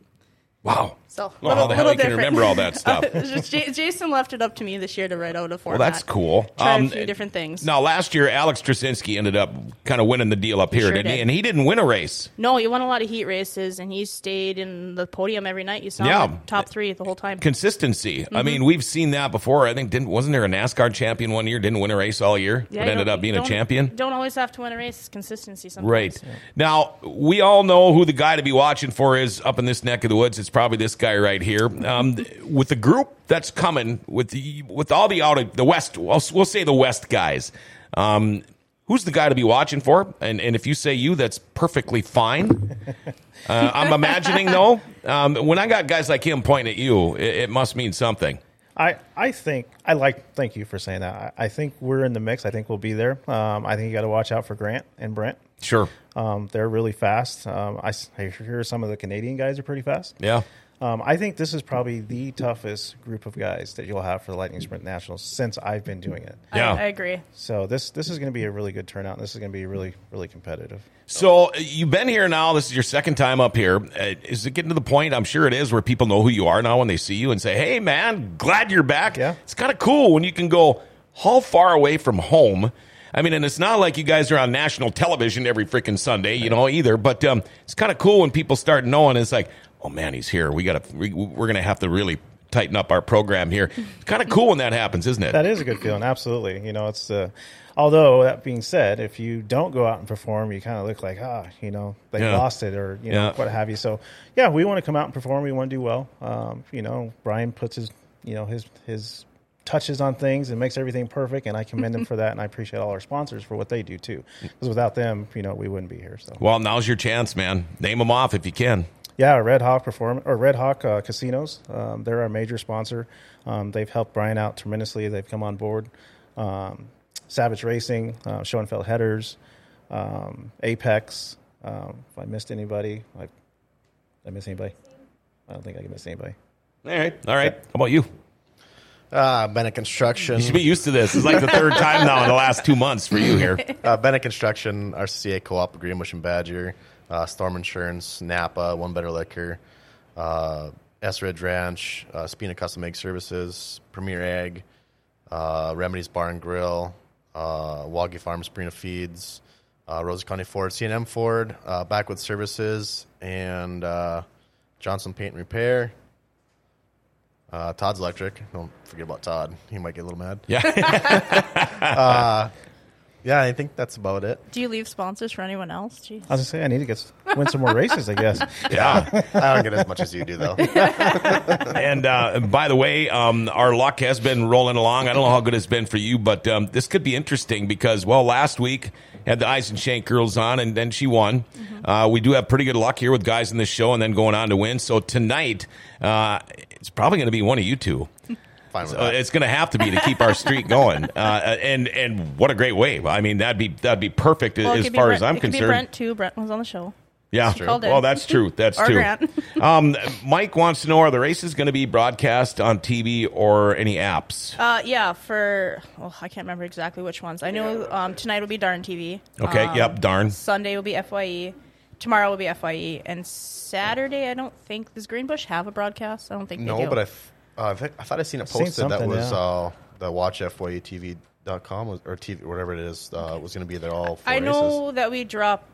Speaker 1: Wow.
Speaker 2: So
Speaker 1: Well, how the hell you can remember all that stuff?
Speaker 2: It's just J- Jason left it up to me this year to write out a
Speaker 1: Well,
Speaker 2: format.
Speaker 1: that's cool.
Speaker 2: Try
Speaker 1: Um,
Speaker 2: a few different things.
Speaker 1: Now, last year, Alex Trasinski ended up kind of winning the deal up here,
Speaker 2: Sure
Speaker 1: didn't he?
Speaker 2: did.
Speaker 1: And he didn't win a race.
Speaker 2: No, he won a lot of heat races, and he stayed in the podium every night. You saw him
Speaker 1: Yeah.
Speaker 2: in the top three the whole time.
Speaker 1: Consistency.
Speaker 2: Mm-hmm.
Speaker 1: I mean, we've seen that before. I think didn't wasn't there a NASCAR champion one year? Didn't win a race all year,
Speaker 2: Yeah,
Speaker 1: but
Speaker 2: you
Speaker 1: ended
Speaker 2: don't-
Speaker 1: up being
Speaker 2: you
Speaker 1: a
Speaker 2: don't-
Speaker 1: champion.
Speaker 2: Don't always have to win a race. It's Consistency, sometimes.
Speaker 1: Right. Now, we all know who the guy to be watching for is up in this neck of the woods. It's probably this guy right here. Um, with the group that's coming, with the, with all the out of the West, we'll, we'll say the West guys, um, who's the guy to be watching for? And, and if you say you, that's perfectly fine. Uh, I'm imagining, though, um, when I got guys like him pointing at you, it, it must mean something.
Speaker 3: I, I think I like. Thank you for saying that. I, I think we're in the mix. I think we'll be there. Um, I think you got to watch out for Grant and Brent.
Speaker 1: Sure.
Speaker 3: Um, they're really fast. Um, I, s- I hear some of the Canadian guys are pretty fast.
Speaker 1: Yeah.
Speaker 3: Um, I think this is probably the toughest group of guys that you'll have for the Lightning Sprint Nationals since I've been doing it.
Speaker 2: I,
Speaker 1: Yeah.
Speaker 2: I agree.
Speaker 3: So this this is going to be a really good turnout. This is going to be really really competitive.
Speaker 1: So uh, you've been here now. This is your second time up here. Uh, Is it getting to the point? I'm sure it is where people know who you are now when they see you and say, "Hey, man, glad you're back."
Speaker 3: Yeah.
Speaker 1: it's kind of cool when you can go how far away from home. I mean, and it's not like you guys are on national television every freaking Sunday, you know, either. But um, it's kind of cool when people start knowing. It's like, oh man, he's here. We got to. We, we're going to have to really tighten up our program here. It's kind of cool when that happens, isn't it?
Speaker 3: That is a good feeling. Absolutely. You know, it's the. Although that being said, if you don't go out and perform, you kind of look like ah, you know, they
Speaker 1: Yeah.
Speaker 3: lost it or you know
Speaker 1: Yeah.
Speaker 3: what have you. So yeah, we want to come out and perform. We want to do well. Um, you know, Brian puts his you know his his touches on things and makes everything perfect, and I commend him for that, and I appreciate all our sponsors for what they do too. Because without them, you know, we wouldn't be here. So
Speaker 1: well, now's your chance, man. Name them off if you can.
Speaker 3: Yeah, Red Hawk Perform or Red Hawk uh, Casinos. Um, they're our major sponsor. Um, they've helped Brian out tremendously. They've come on board. Um, Savage Racing, uh, Schoenfeld Headers, um, Apex. Um, if I missed anybody, I, did I miss anybody. I don't think I can miss anybody.
Speaker 1: All right, all right. How about you?
Speaker 4: Uh, been at construction.
Speaker 1: You should be used to this. It's like the third time now in the last two months for you here.
Speaker 4: Uh, Bennett Construction, RCA Co-op, Greenbush and Badger, uh, Storm Insurance, Napa, One Better Liquor, uh, S Ridge Ranch, uh, Spina Custom Egg Services, Premier Egg, uh, Remedies Bar and Grill, uh, Wagyu Farm, Spina Feeds, uh, Rosa County Ford, C&M Ford, uh, Backwoods Services, and uh, Johnson Paint and Repair. Uh, Todd's Electric. Don't forget about Todd. He might get a little mad.
Speaker 1: Yeah.
Speaker 4: Yeah, I think that's about it.
Speaker 2: Do you leave sponsors for anyone else? Jeez.
Speaker 3: I was gonna say I need to get s- win some more races. I guess.
Speaker 1: Yeah.
Speaker 4: I don't get as much as you do, though.
Speaker 1: And uh, by the way, um, our luck has been rolling along. I don't know how good it's been for you, but um, this could be interesting because, well, last week had the Eyes and Shank girls on, and then she won.
Speaker 2: Mm-hmm.
Speaker 1: Uh, we do have pretty good luck here with guys in this show and then going on to win. So tonight, uh, it's probably going to be one of you two.
Speaker 4: Fine with
Speaker 1: Uh,
Speaker 4: that.
Speaker 1: it's going to have to be to keep our streak going, uh, and and what a great way! I mean, that'd be that'd be perfect
Speaker 2: Well, it
Speaker 1: as
Speaker 2: could be
Speaker 1: far
Speaker 2: Brent-
Speaker 1: as I'm
Speaker 2: it could
Speaker 1: concerned.
Speaker 2: be Brent too. Brent was on the show.
Speaker 1: Yeah.
Speaker 2: She called in.
Speaker 1: Well, that's true. That's
Speaker 2: Or
Speaker 1: true.
Speaker 2: Grant.
Speaker 1: um, Mike wants to know are the races going to be broadcast on TV or any apps?
Speaker 2: Uh, yeah, for oh, I can't remember exactly which ones. I know um, tonight will be Darn TV.
Speaker 1: Okay.
Speaker 2: Um,
Speaker 1: yep. Darn.
Speaker 2: Sunday will be Fye. Tomorrow will be Fye, and Saturday I don't think does Greenbush have a broadcast. I don't think they
Speaker 4: no,
Speaker 2: do.
Speaker 4: but I, f- uh, I, think, I thought I seen it
Speaker 3: seen
Speaker 4: posted that
Speaker 3: something,
Speaker 4: was
Speaker 3: yeah.
Speaker 4: uh, the E watchfyatv.com was- or TV, whatever it is, uh, was going to be there all four
Speaker 2: I know
Speaker 4: races.
Speaker 2: that we dropped.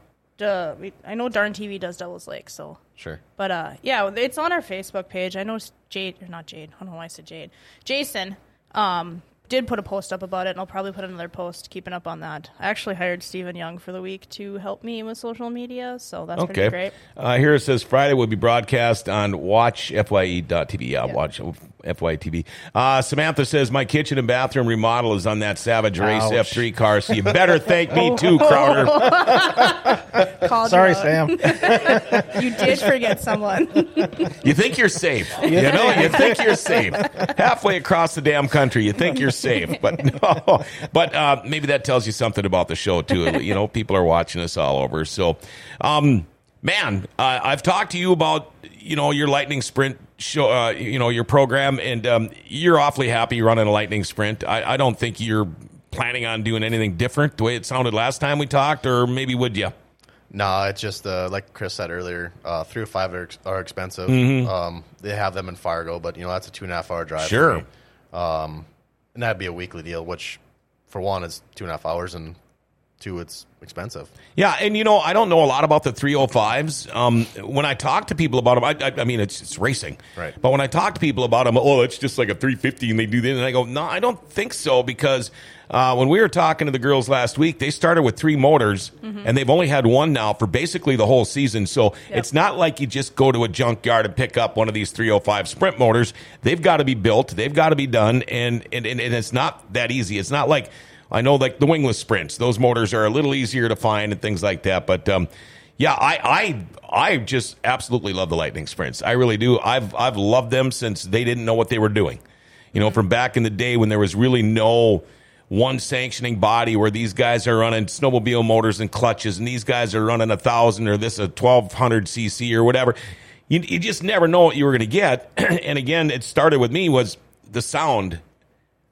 Speaker 2: Uh, we, I know Darn TV does Devil's Lake, so.
Speaker 4: Sure.
Speaker 2: But uh, yeah, it's on our Facebook page. I know Jade, or not Jade. I don't know why I said Jade. Jason um, did put a post up about it, and I'll probably put another post keeping up on that. I actually hired Stephen Young for the week to help me with social media, so that's
Speaker 1: Okay.
Speaker 2: pretty great.
Speaker 1: Uh, here it says Friday will be broadcast on E watchfye.tv. Yeah, watch FYTV. Uh, Samantha says my kitchen and bathroom remodel is on that Savage Race
Speaker 3: Ouch.
Speaker 1: F3 car, so you better thank me too, Crowder.
Speaker 2: Called
Speaker 3: Sorry,
Speaker 2: you out.
Speaker 3: Sam.
Speaker 2: You did forget someone.
Speaker 1: You think you're safe. You know, you think you're safe. Halfway across the damn country, you think you're safe, but no. But uh, maybe that tells you something about the show too. You know, people are watching us all over. So, um, man, uh, I've talked to you about you know your lightning sprint show. Uh, you know your program, and um, you're awfully happy running a lightning sprint. I, I don't think you're planning on doing anything different the way it sounded last time we talked, or maybe would you?
Speaker 4: No, it's just uh, like Chris said earlier. Uh, three or five are, ex- are expensive.
Speaker 3: Mm-hmm.
Speaker 4: Um, they have them in Fargo, but you know that's a two and a half hour drive. for
Speaker 1: Sure.
Speaker 4: me. Um, and that'd be a weekly deal, which for one is two and a half hours, and two it's expensive.
Speaker 1: Yeah, and you know, I don't know a lot about the 305s. Um, when I talk to people about them, I, I, I mean, it's, it's racing.
Speaker 4: Right.
Speaker 1: But when I talk to people about them, oh, it's just like a 350 and they do this. And I go, no, I don't think so because uh, when we were talking to the girls last week, they started with three motors and they've only had one now for basically the whole season. So it's not like you just go to a junkyard and pick up one of these 305 sprint motors. They've got to be built, they've got to be done, and, and, and, and it's not that easy. It's not like, I know like the wingless sprints; those motors are a little easier to find and things like that. But um, yeah, I, I I just absolutely love the lightning sprints. I really do. I've I've loved them since they didn't know what they were doing. You know, from back in the day when there was really no one sanctioning body where these guys are running snowmobile motors and clutches, and these guys are running a thousand or this a twelve hundred cc or whatever. You, you just never know what you were going to get. and again, it started with me was the sound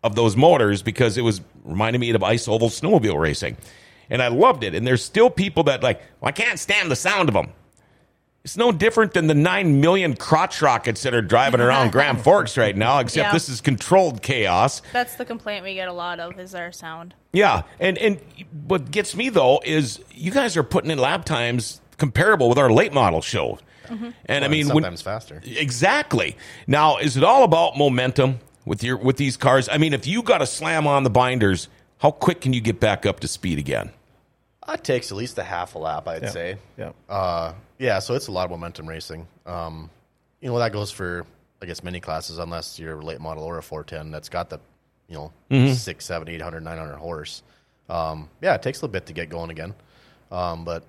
Speaker 1: of those motors because it was reminding me of ice oval snowmobile racing. And I loved it. And there's still people that like, well, I can't stand the sound of them. It's no different than the 9 million crotch rockets that are driving around Grand Forks right now, except
Speaker 2: Yeah.
Speaker 1: this is controlled chaos.
Speaker 2: That's the complaint we get a lot of is our sound.
Speaker 1: Yeah. And, and what gets me, though, is you guys are putting in lap times comparable with our late model show. And I
Speaker 4: Well,
Speaker 1: mean, when,
Speaker 4: sometimes faster.
Speaker 1: Exactly. Now, is it all about momentum with your with these cars? I mean, if you got to slam on the binders, how quick can you get back up to speed again?
Speaker 4: It takes at least a half a lap, I'd
Speaker 3: Yeah.
Speaker 4: say.
Speaker 3: Yeah.
Speaker 4: Uh, yeah, so it's a lot of momentum racing. Um, you know, that goes for, I guess, many classes, unless you're a late model or a 410 that's got the, you know, six, seven, eight hundred, nine hundred 6, 7, 800, 900 horse. Um, yeah, it takes a little bit to get going again. Um, but,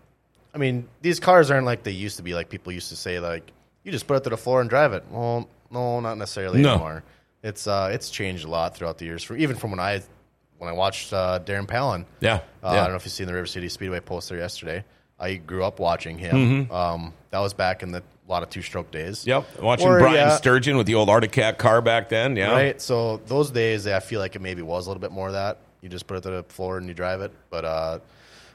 Speaker 4: I mean, these cars aren't like they used to be. Like people used to say, like, you just put it to the floor and drive it. Well, no, not necessarily
Speaker 1: No.
Speaker 4: anymore. It's uh, it's changed a lot throughout the years, from, even from when I when I watched uh, Darren Palin.
Speaker 1: Yeah,
Speaker 4: Uh,
Speaker 1: yeah.
Speaker 4: I don't know if you seen the River City Speedway post there yesterday. I grew up watching him. Um, that was back in the a lot of two stroke days.
Speaker 1: Mm-hmm. Yep. Watching
Speaker 4: Or,
Speaker 1: Brian
Speaker 4: yeah,
Speaker 1: Sturgeon with the old Arctic Cat car back then. Yeah.
Speaker 4: Right. So those days, I feel like it maybe was a little bit more of that. You just put it to the floor and you drive it. But uh,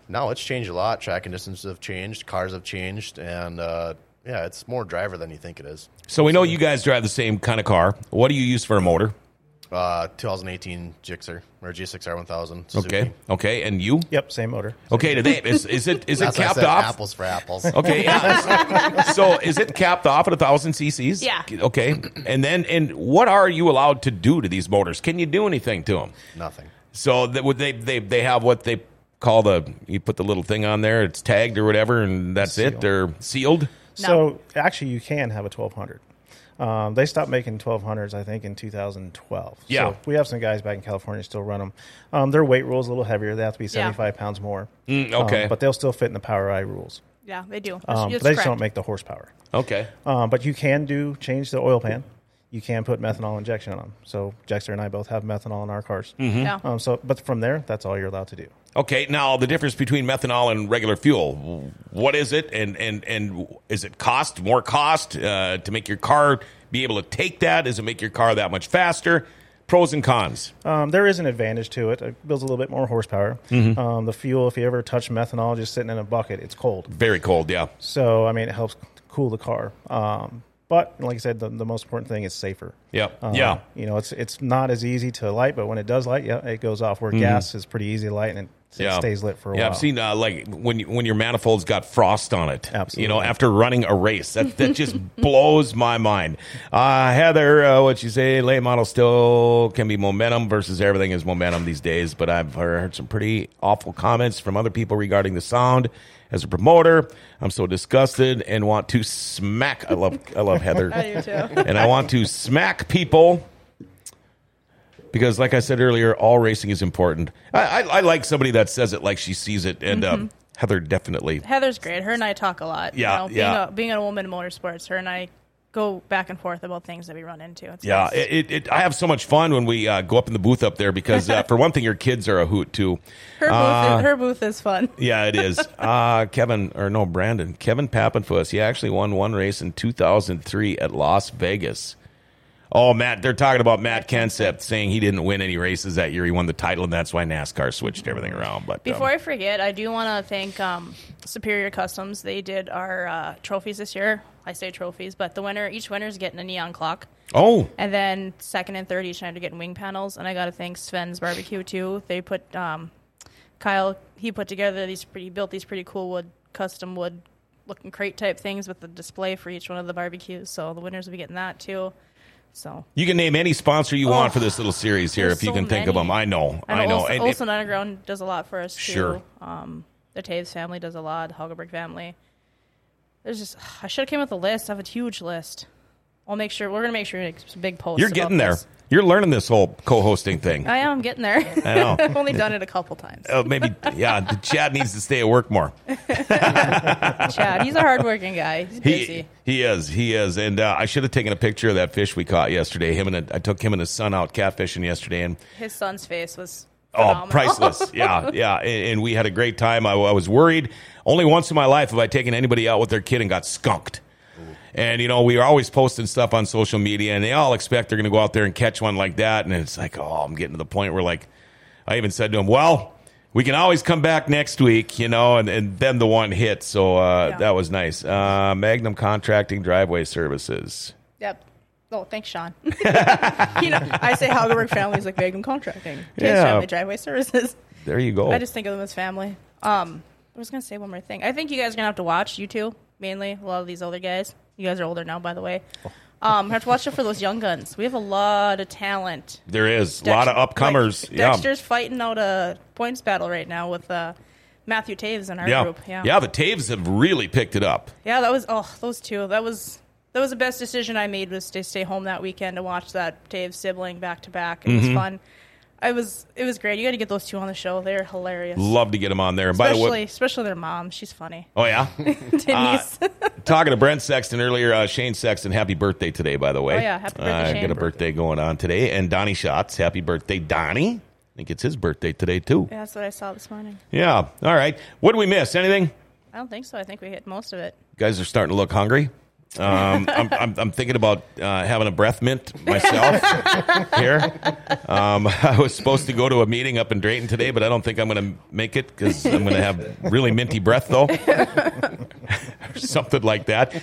Speaker 4: now it's changed a lot. Track and distances have changed. Cars have changed. And uh, yeah, it's more driver than you think it is.
Speaker 1: So we know you guys drive the same kind of car. What do you use for a motor?
Speaker 4: Uh, 2018 Gixxer or G6R 1000. Suzuki.
Speaker 1: Okay. Okay. And you?
Speaker 3: Yep, same motor.
Speaker 1: Okay. Do they, is, is it is it
Speaker 4: That's why I
Speaker 1: capped
Speaker 4: said
Speaker 1: off?
Speaker 4: apples for apples.
Speaker 1: Okay. yeah. so is it capped off at a thousand cc's?
Speaker 2: Yeah.
Speaker 1: Okay. And then and what are you allowed to do to these motors? Can you do anything to them?
Speaker 4: Nothing.
Speaker 1: So that would they they they have what they call the you put the little thing on there, it's tagged or whatever, and that's it. They're sealed.
Speaker 2: No.
Speaker 3: So actually, you can have a 1200. Um, they stopped making 1200s, I think, in 2012.
Speaker 1: Yeah.
Speaker 3: So we have some guys back in California still run them. Um, their weight rule is a little heavier. They have to be 75 pounds more.
Speaker 1: Mm, okay.
Speaker 3: Um, but they'll still fit in the Power I rules.
Speaker 2: Yeah, they do.
Speaker 3: Um, but
Speaker 2: It's-
Speaker 3: they
Speaker 2: it's
Speaker 3: just don't
Speaker 2: correct.
Speaker 3: make the horsepower.
Speaker 1: Okay.
Speaker 3: Um, but you can do change the oil pan. You can put methanol injection on them. So Jexter and I both have methanol in our cars.
Speaker 1: Mm-hmm.
Speaker 2: Yeah.
Speaker 3: Um, so, but from there, that's all you're allowed to do.
Speaker 1: Okay. Now the difference between methanol and regular fuel, what is it? And and and is it cost more cost uh, to make your car be able to take that? Does it make your car that much faster? Pros and cons.
Speaker 3: Um, there is an advantage to it. It builds a little bit more horsepower.
Speaker 1: Mm-hmm.
Speaker 3: Um, the fuel, if you ever touch methanol just sitting in a bucket, it's cold.
Speaker 1: Very cold. Yeah.
Speaker 3: So, I mean, it helps cool the car. Um, but like I said, the, the most important thing is safer.
Speaker 1: Yep.
Speaker 3: Um,
Speaker 1: yeah.
Speaker 3: You know, it's it's not as easy to light, but when it does light, yeah, it goes off. Where gas is pretty easy to light and it, it stays lit for a
Speaker 1: Mm-hmm. yeah,
Speaker 3: while.
Speaker 1: I've seen uh, like when you, when your manifold's got frost on it. You know,
Speaker 3: Absolutely.
Speaker 1: after running a race, that that just blows my mind. Uh, Heather, uh, what you say? Late model still can be momentum versus everything is momentum these days. But I've heard some pretty awful comments from other people regarding the sound. As a promoter, I'm so disgusted and want to smack. I love I love Heather
Speaker 2: I do too.
Speaker 1: and I want to smack people because, like I said earlier, all racing is important. I, I, I like somebody that says it like she sees it, and uh, Heather definitely.
Speaker 2: Heather's great. Her and I talk a lot. you
Speaker 1: Yeah,
Speaker 2: know, being
Speaker 1: yeah.
Speaker 2: A, being a woman in motorsports, her and I go back and forth about things that we run into. It's
Speaker 1: Yeah,
Speaker 2: nice.
Speaker 1: it, it, it, I have so much fun when we uh, go up in the booth up there because, uh, for one thing, your kids are a hoot too.
Speaker 2: her booth. is, her booth is fun.
Speaker 1: Yeah, it is. Uh, Kevin, or no, Brandon, Kevin Pappenfuss, he actually won one race in 2003 at Las Vegas. Oh, Matt, they're talking about Matt Kenseth saying he didn't win any races that year. He won the title, and that's why NASCAR switched everything around. But um,
Speaker 2: Before I forget, I do want to thank um, Superior Customs. They did our uh, trophies this year. I say trophies, but the winner, each winner is getting a neon clock.
Speaker 1: oh,
Speaker 2: And then second and third each night are getting wing panels. And I got to thank Sven's Barbecue too. They put um, Kyle. He put together these. Pretty, he built these pretty cool wood, custom wood, looking crate type things with the display for each one of the barbecues. So the winners will be getting that too. So
Speaker 1: you can name any sponsor you want for this little series here
Speaker 2: Oh, there's
Speaker 1: if you
Speaker 2: so
Speaker 1: can think of
Speaker 2: many.
Speaker 1: them. I know, I know.
Speaker 2: Olson,
Speaker 1: And-
Speaker 2: Olson Underground does a lot for us too.
Speaker 1: Sure.
Speaker 2: Um, the Taves family does a lot. The Hagelberg family. There's just I should have came up with a list. I have a huge list. I'll make sure we're gonna make sure we make some big posts.
Speaker 1: you're
Speaker 2: about
Speaker 1: getting there.
Speaker 2: this.
Speaker 1: You're learning this whole co-hosting thing.
Speaker 2: I am getting there.
Speaker 1: I know.
Speaker 2: I've only done it a couple times.
Speaker 1: Oh, maybe yeah. Chad needs to stay at work more.
Speaker 2: Chad, he's a hardworking guy. He's busy.
Speaker 1: He, he is. He is. And uh, I should have taken a picture of that fish we caught yesterday. Him and I took him and his son out catfishing yesterday, and
Speaker 2: His son's face was
Speaker 1: Oh,
Speaker 2: phenomenal.
Speaker 1: priceless. Yeah, yeah. And, and we had a great time. I, I was worried. Only once in my life have I taken anybody out with their kid and got skunked. And, you know, we are always posting stuff on social media, and they all expect they're going to go out there and catch one like that. And it's like, oh, I'm getting to the point where, like, I even said to him, well, we can always come back next week, you know, and, and then the one hit. So uh,
Speaker 2: Yeah.
Speaker 1: that was nice. Uh, Magnum Contracting Driveway Services.
Speaker 2: Yep. Oh, thanks, Sean. you know, I say Hagelberg family is like Magnum Contracting. Taves
Speaker 1: Yeah.
Speaker 2: Family Driveway Services.
Speaker 1: There you go.
Speaker 2: I just think of them as family. Um, I was gonna say one more thing. I think you guys are gonna have to watch you two mainly. A lot of these older guys. You guys are older now, by the way.
Speaker 1: Oh.
Speaker 2: Um, have to watch out for those young guns. We have a lot of talent.
Speaker 1: there is a lot of
Speaker 2: Dex-
Speaker 1: upcomers.
Speaker 2: Like, Dexter's fighting out a points battle right now with uh, Matthew Taves in our
Speaker 1: yeah.
Speaker 2: group.
Speaker 1: yeah. Yeah. The Taves have really picked it up.
Speaker 2: Yeah, that was oh those two. That was that was the best decision I made was to stay home that weekend and watch that Dave sibling back to back. It
Speaker 1: Mm-hmm.
Speaker 2: was fun. I was it was great. You got to get those two on the show. They're hilarious.
Speaker 1: Love to get him on there. And by the
Speaker 2: especially
Speaker 1: way,
Speaker 2: especially their mom. She's funny.
Speaker 1: oh yeah,
Speaker 2: Denise.
Speaker 1: talking to Brent Sexton earlier. Uh, Shane Sexton, happy birthday today, by the way.
Speaker 2: Oh, yeah. Happy birthday,
Speaker 1: uh,
Speaker 2: Shane.
Speaker 1: Got a birthday going on today, and Donnie Schatz, happy birthday, Donnie. I think it's his birthday today too.
Speaker 2: yeah,
Speaker 1: Yeah.
Speaker 2: that's what I saw this morning.
Speaker 1: All right. What did we miss? Anything? You
Speaker 2: I don't think so. I think we hit most of it.
Speaker 1: guys are starting to look hungry. Um, I'm, I'm, I'm thinking about uh, having a breath mint myself here. Um, I was supposed to go to a meeting up in Drayton today, but I don't think I'm going to make it because I'm going to have really minty breath though. something like that.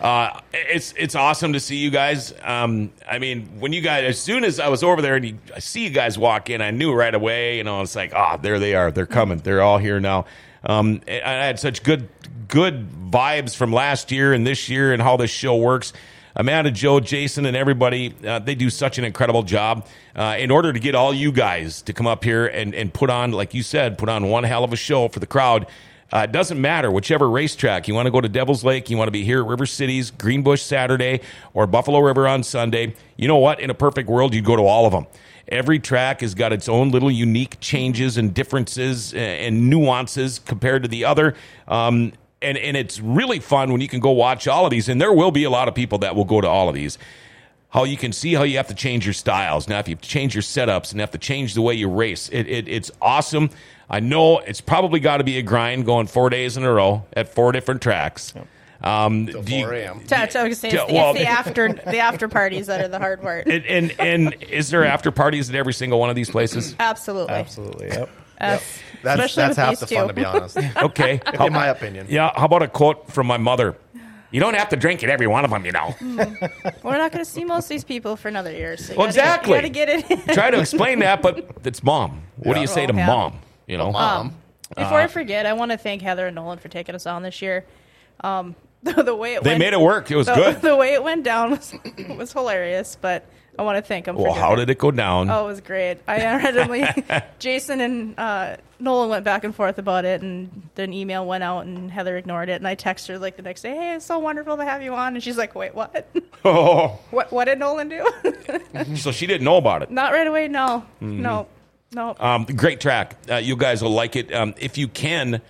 Speaker 1: Uh, it's it's awesome to see you guys. Um, I mean, when you guys, as soon as I was over there and you, I see you guys walk in, I knew right away. You know, it's like, ah, there they are. They're coming. They're all here now. Um, and I had such good good vibes from last year and this year and how this show works. Amanda, Joe, Jason, and everybody, uh, they do such an incredible job. Uh, in order to get all you guys to come up here and, and put on, like you said, put on one hell of a show for the crowd, uh, it doesn't matter whichever racetrack you want to go to Devil's Lake, you want to be here at River Cities, Greenbush Saturday, or Buffalo River on Sunday. You know what? In a perfect world, you'd go to all of them. Every track has got its own little unique changes and differences a- and nuances compared to the other. Um, and, and it's really fun when you can go watch all of these. And there will be a lot of people that will go to all of these how you can see how you have to change your styles. Now, if you have to change your setups and have to change the way you race, it, it, it's awesome. I know it's probably got to be a grind going four days in a row at four different tracks. Um,
Speaker 4: Till
Speaker 1: do you-
Speaker 4: 4 a.m..
Speaker 2: So I was gonna say it's,
Speaker 1: Yeah,
Speaker 2: the,
Speaker 1: well-
Speaker 2: it's the after the after parties that are the hard part.
Speaker 1: and, and and is there after parties at every single one of these places?
Speaker 2: Absolutely.
Speaker 3: Absolutely. Yep.
Speaker 2: That's,
Speaker 4: That's
Speaker 2: especially
Speaker 4: that's
Speaker 2: with
Speaker 4: half
Speaker 2: these
Speaker 4: the
Speaker 2: two.
Speaker 4: fun, to be honest. In
Speaker 1: Okay, how,
Speaker 4: my opinion.
Speaker 1: yeah. How about a quote from my mother? You don't have to drink at every one of them, you know.
Speaker 2: We're not gonna see most of these people for another year. So you
Speaker 1: Well,
Speaker 2: gotta get-
Speaker 1: exactly.
Speaker 2: You gotta get it. in.
Speaker 1: Try to explain that, but it's mom. What do you say to
Speaker 2: Yeah.
Speaker 1: mom? You know,
Speaker 4: Mom.
Speaker 2: Before
Speaker 1: Uh,
Speaker 2: I forget, I want to thank Heather and Nolan for taking us on this year. Um, the, the way it
Speaker 1: they
Speaker 2: went,
Speaker 1: made it work. It was
Speaker 2: The,
Speaker 1: good.
Speaker 2: the way it went down was was hilarious, but I want to thank them.
Speaker 1: Well,
Speaker 2: for
Speaker 1: how
Speaker 2: doing
Speaker 1: did it go down?
Speaker 2: Oh, it was great. I randomly, Jason and uh, Nolan went back and forth about it, and then email went out, and Heather ignored it, and I texted her like the next day, "Hey, it's so wonderful to have you on," and she's like, "Wait, what?
Speaker 1: Oh,
Speaker 2: what? What did Nolan do?"
Speaker 1: so she didn't know about it.
Speaker 2: Not right away. No,
Speaker 1: Mm-hmm.
Speaker 2: no, no.
Speaker 1: Um, great track. Uh, you guys will like it. Um, if you can,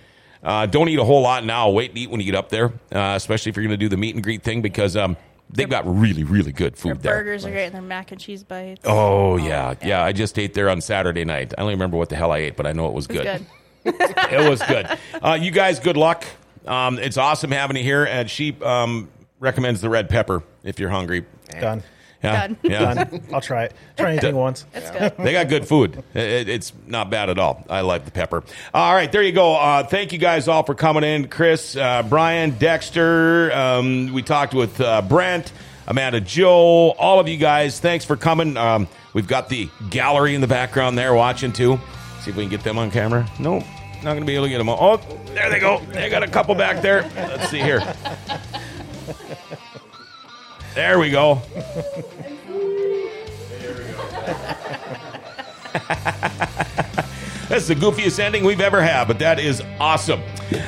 Speaker 1: uh, don't eat a whole lot now. Wait to eat when you get up there, uh, especially if you're going to do the meet and greet thing because um, they've got really, really good
Speaker 2: Their
Speaker 1: food there.
Speaker 2: burgers are great, and their mac and cheese bites.
Speaker 1: Oh, yeah. Yeah, I just ate there on Saturday night. I don't even remember what the hell I ate, but I know it was
Speaker 2: It was
Speaker 1: good.
Speaker 2: good.
Speaker 1: it was good. Uh, you guys, good luck. Um, it's awesome having you here. And she um, recommends the red pepper if you're hungry.
Speaker 3: Done.
Speaker 1: Yeah,
Speaker 2: Done.
Speaker 1: yeah.
Speaker 3: Done. I'll try it. Try anything once.
Speaker 2: It's good.
Speaker 1: They got good food. It- it's not bad at all. I like the pepper. All right, there you go. Uh, thank you guys all for coming in. Chris, uh, Brian, Dexter. Um, we talked with uh, Brent, Amanda, Joe. All of you guys, thanks for coming. Um, we've got the gallery in the background there watching too. See if we can get them on camera. Nope, not going to be able to get them. On. Oh, there they go. They got a couple back there. Let's see here. There we go. That's the goofiest ending we've ever had, but that is awesome.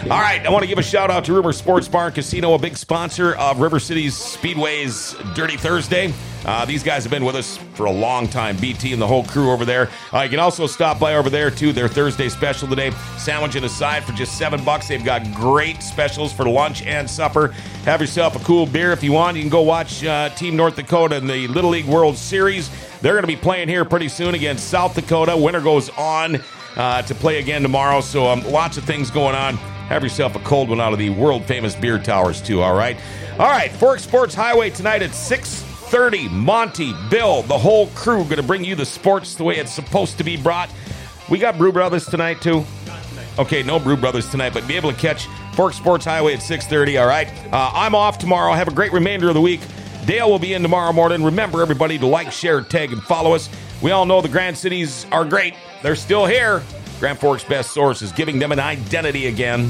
Speaker 1: All right, I want to give a shout out to Rumor Sports Bar and Casino, a big sponsor of River City's Speedway's Dirty Thursday. Uh, these guys have been with us for a long time, BT and the whole crew over there. Uh, you can also stop by over there too. Their Thursday special today, sandwich and a side for just seven bucks. They've got great specials for lunch and supper. Have yourself a cool beer if you want. You can go watch uh, Team North Dakota in the Little League World Series. They're going to be playing here pretty soon against South Dakota. Winter goes on uh, to play again tomorrow. So um, lots of things going on. Have yourself a cold one out of the world famous beer towers too. All right, all right. Fork Sports Highway tonight at six thirty. Monty, Bill, the whole crew going to bring you the sports the way it's supposed to be brought. We got Brew Brothers tonight too. Okay, no Brew Brothers tonight, but be able to catch Fork Sports Highway at 6.30, all right? Uh, I'm off tomorrow. Have a great remainder of the week. Dale will be in tomorrow morning. Remember, everybody, to like, share, tag, and follow us. We all know the Grand Cities are great. They're still here. Grand Forks Best Source is giving them an identity again.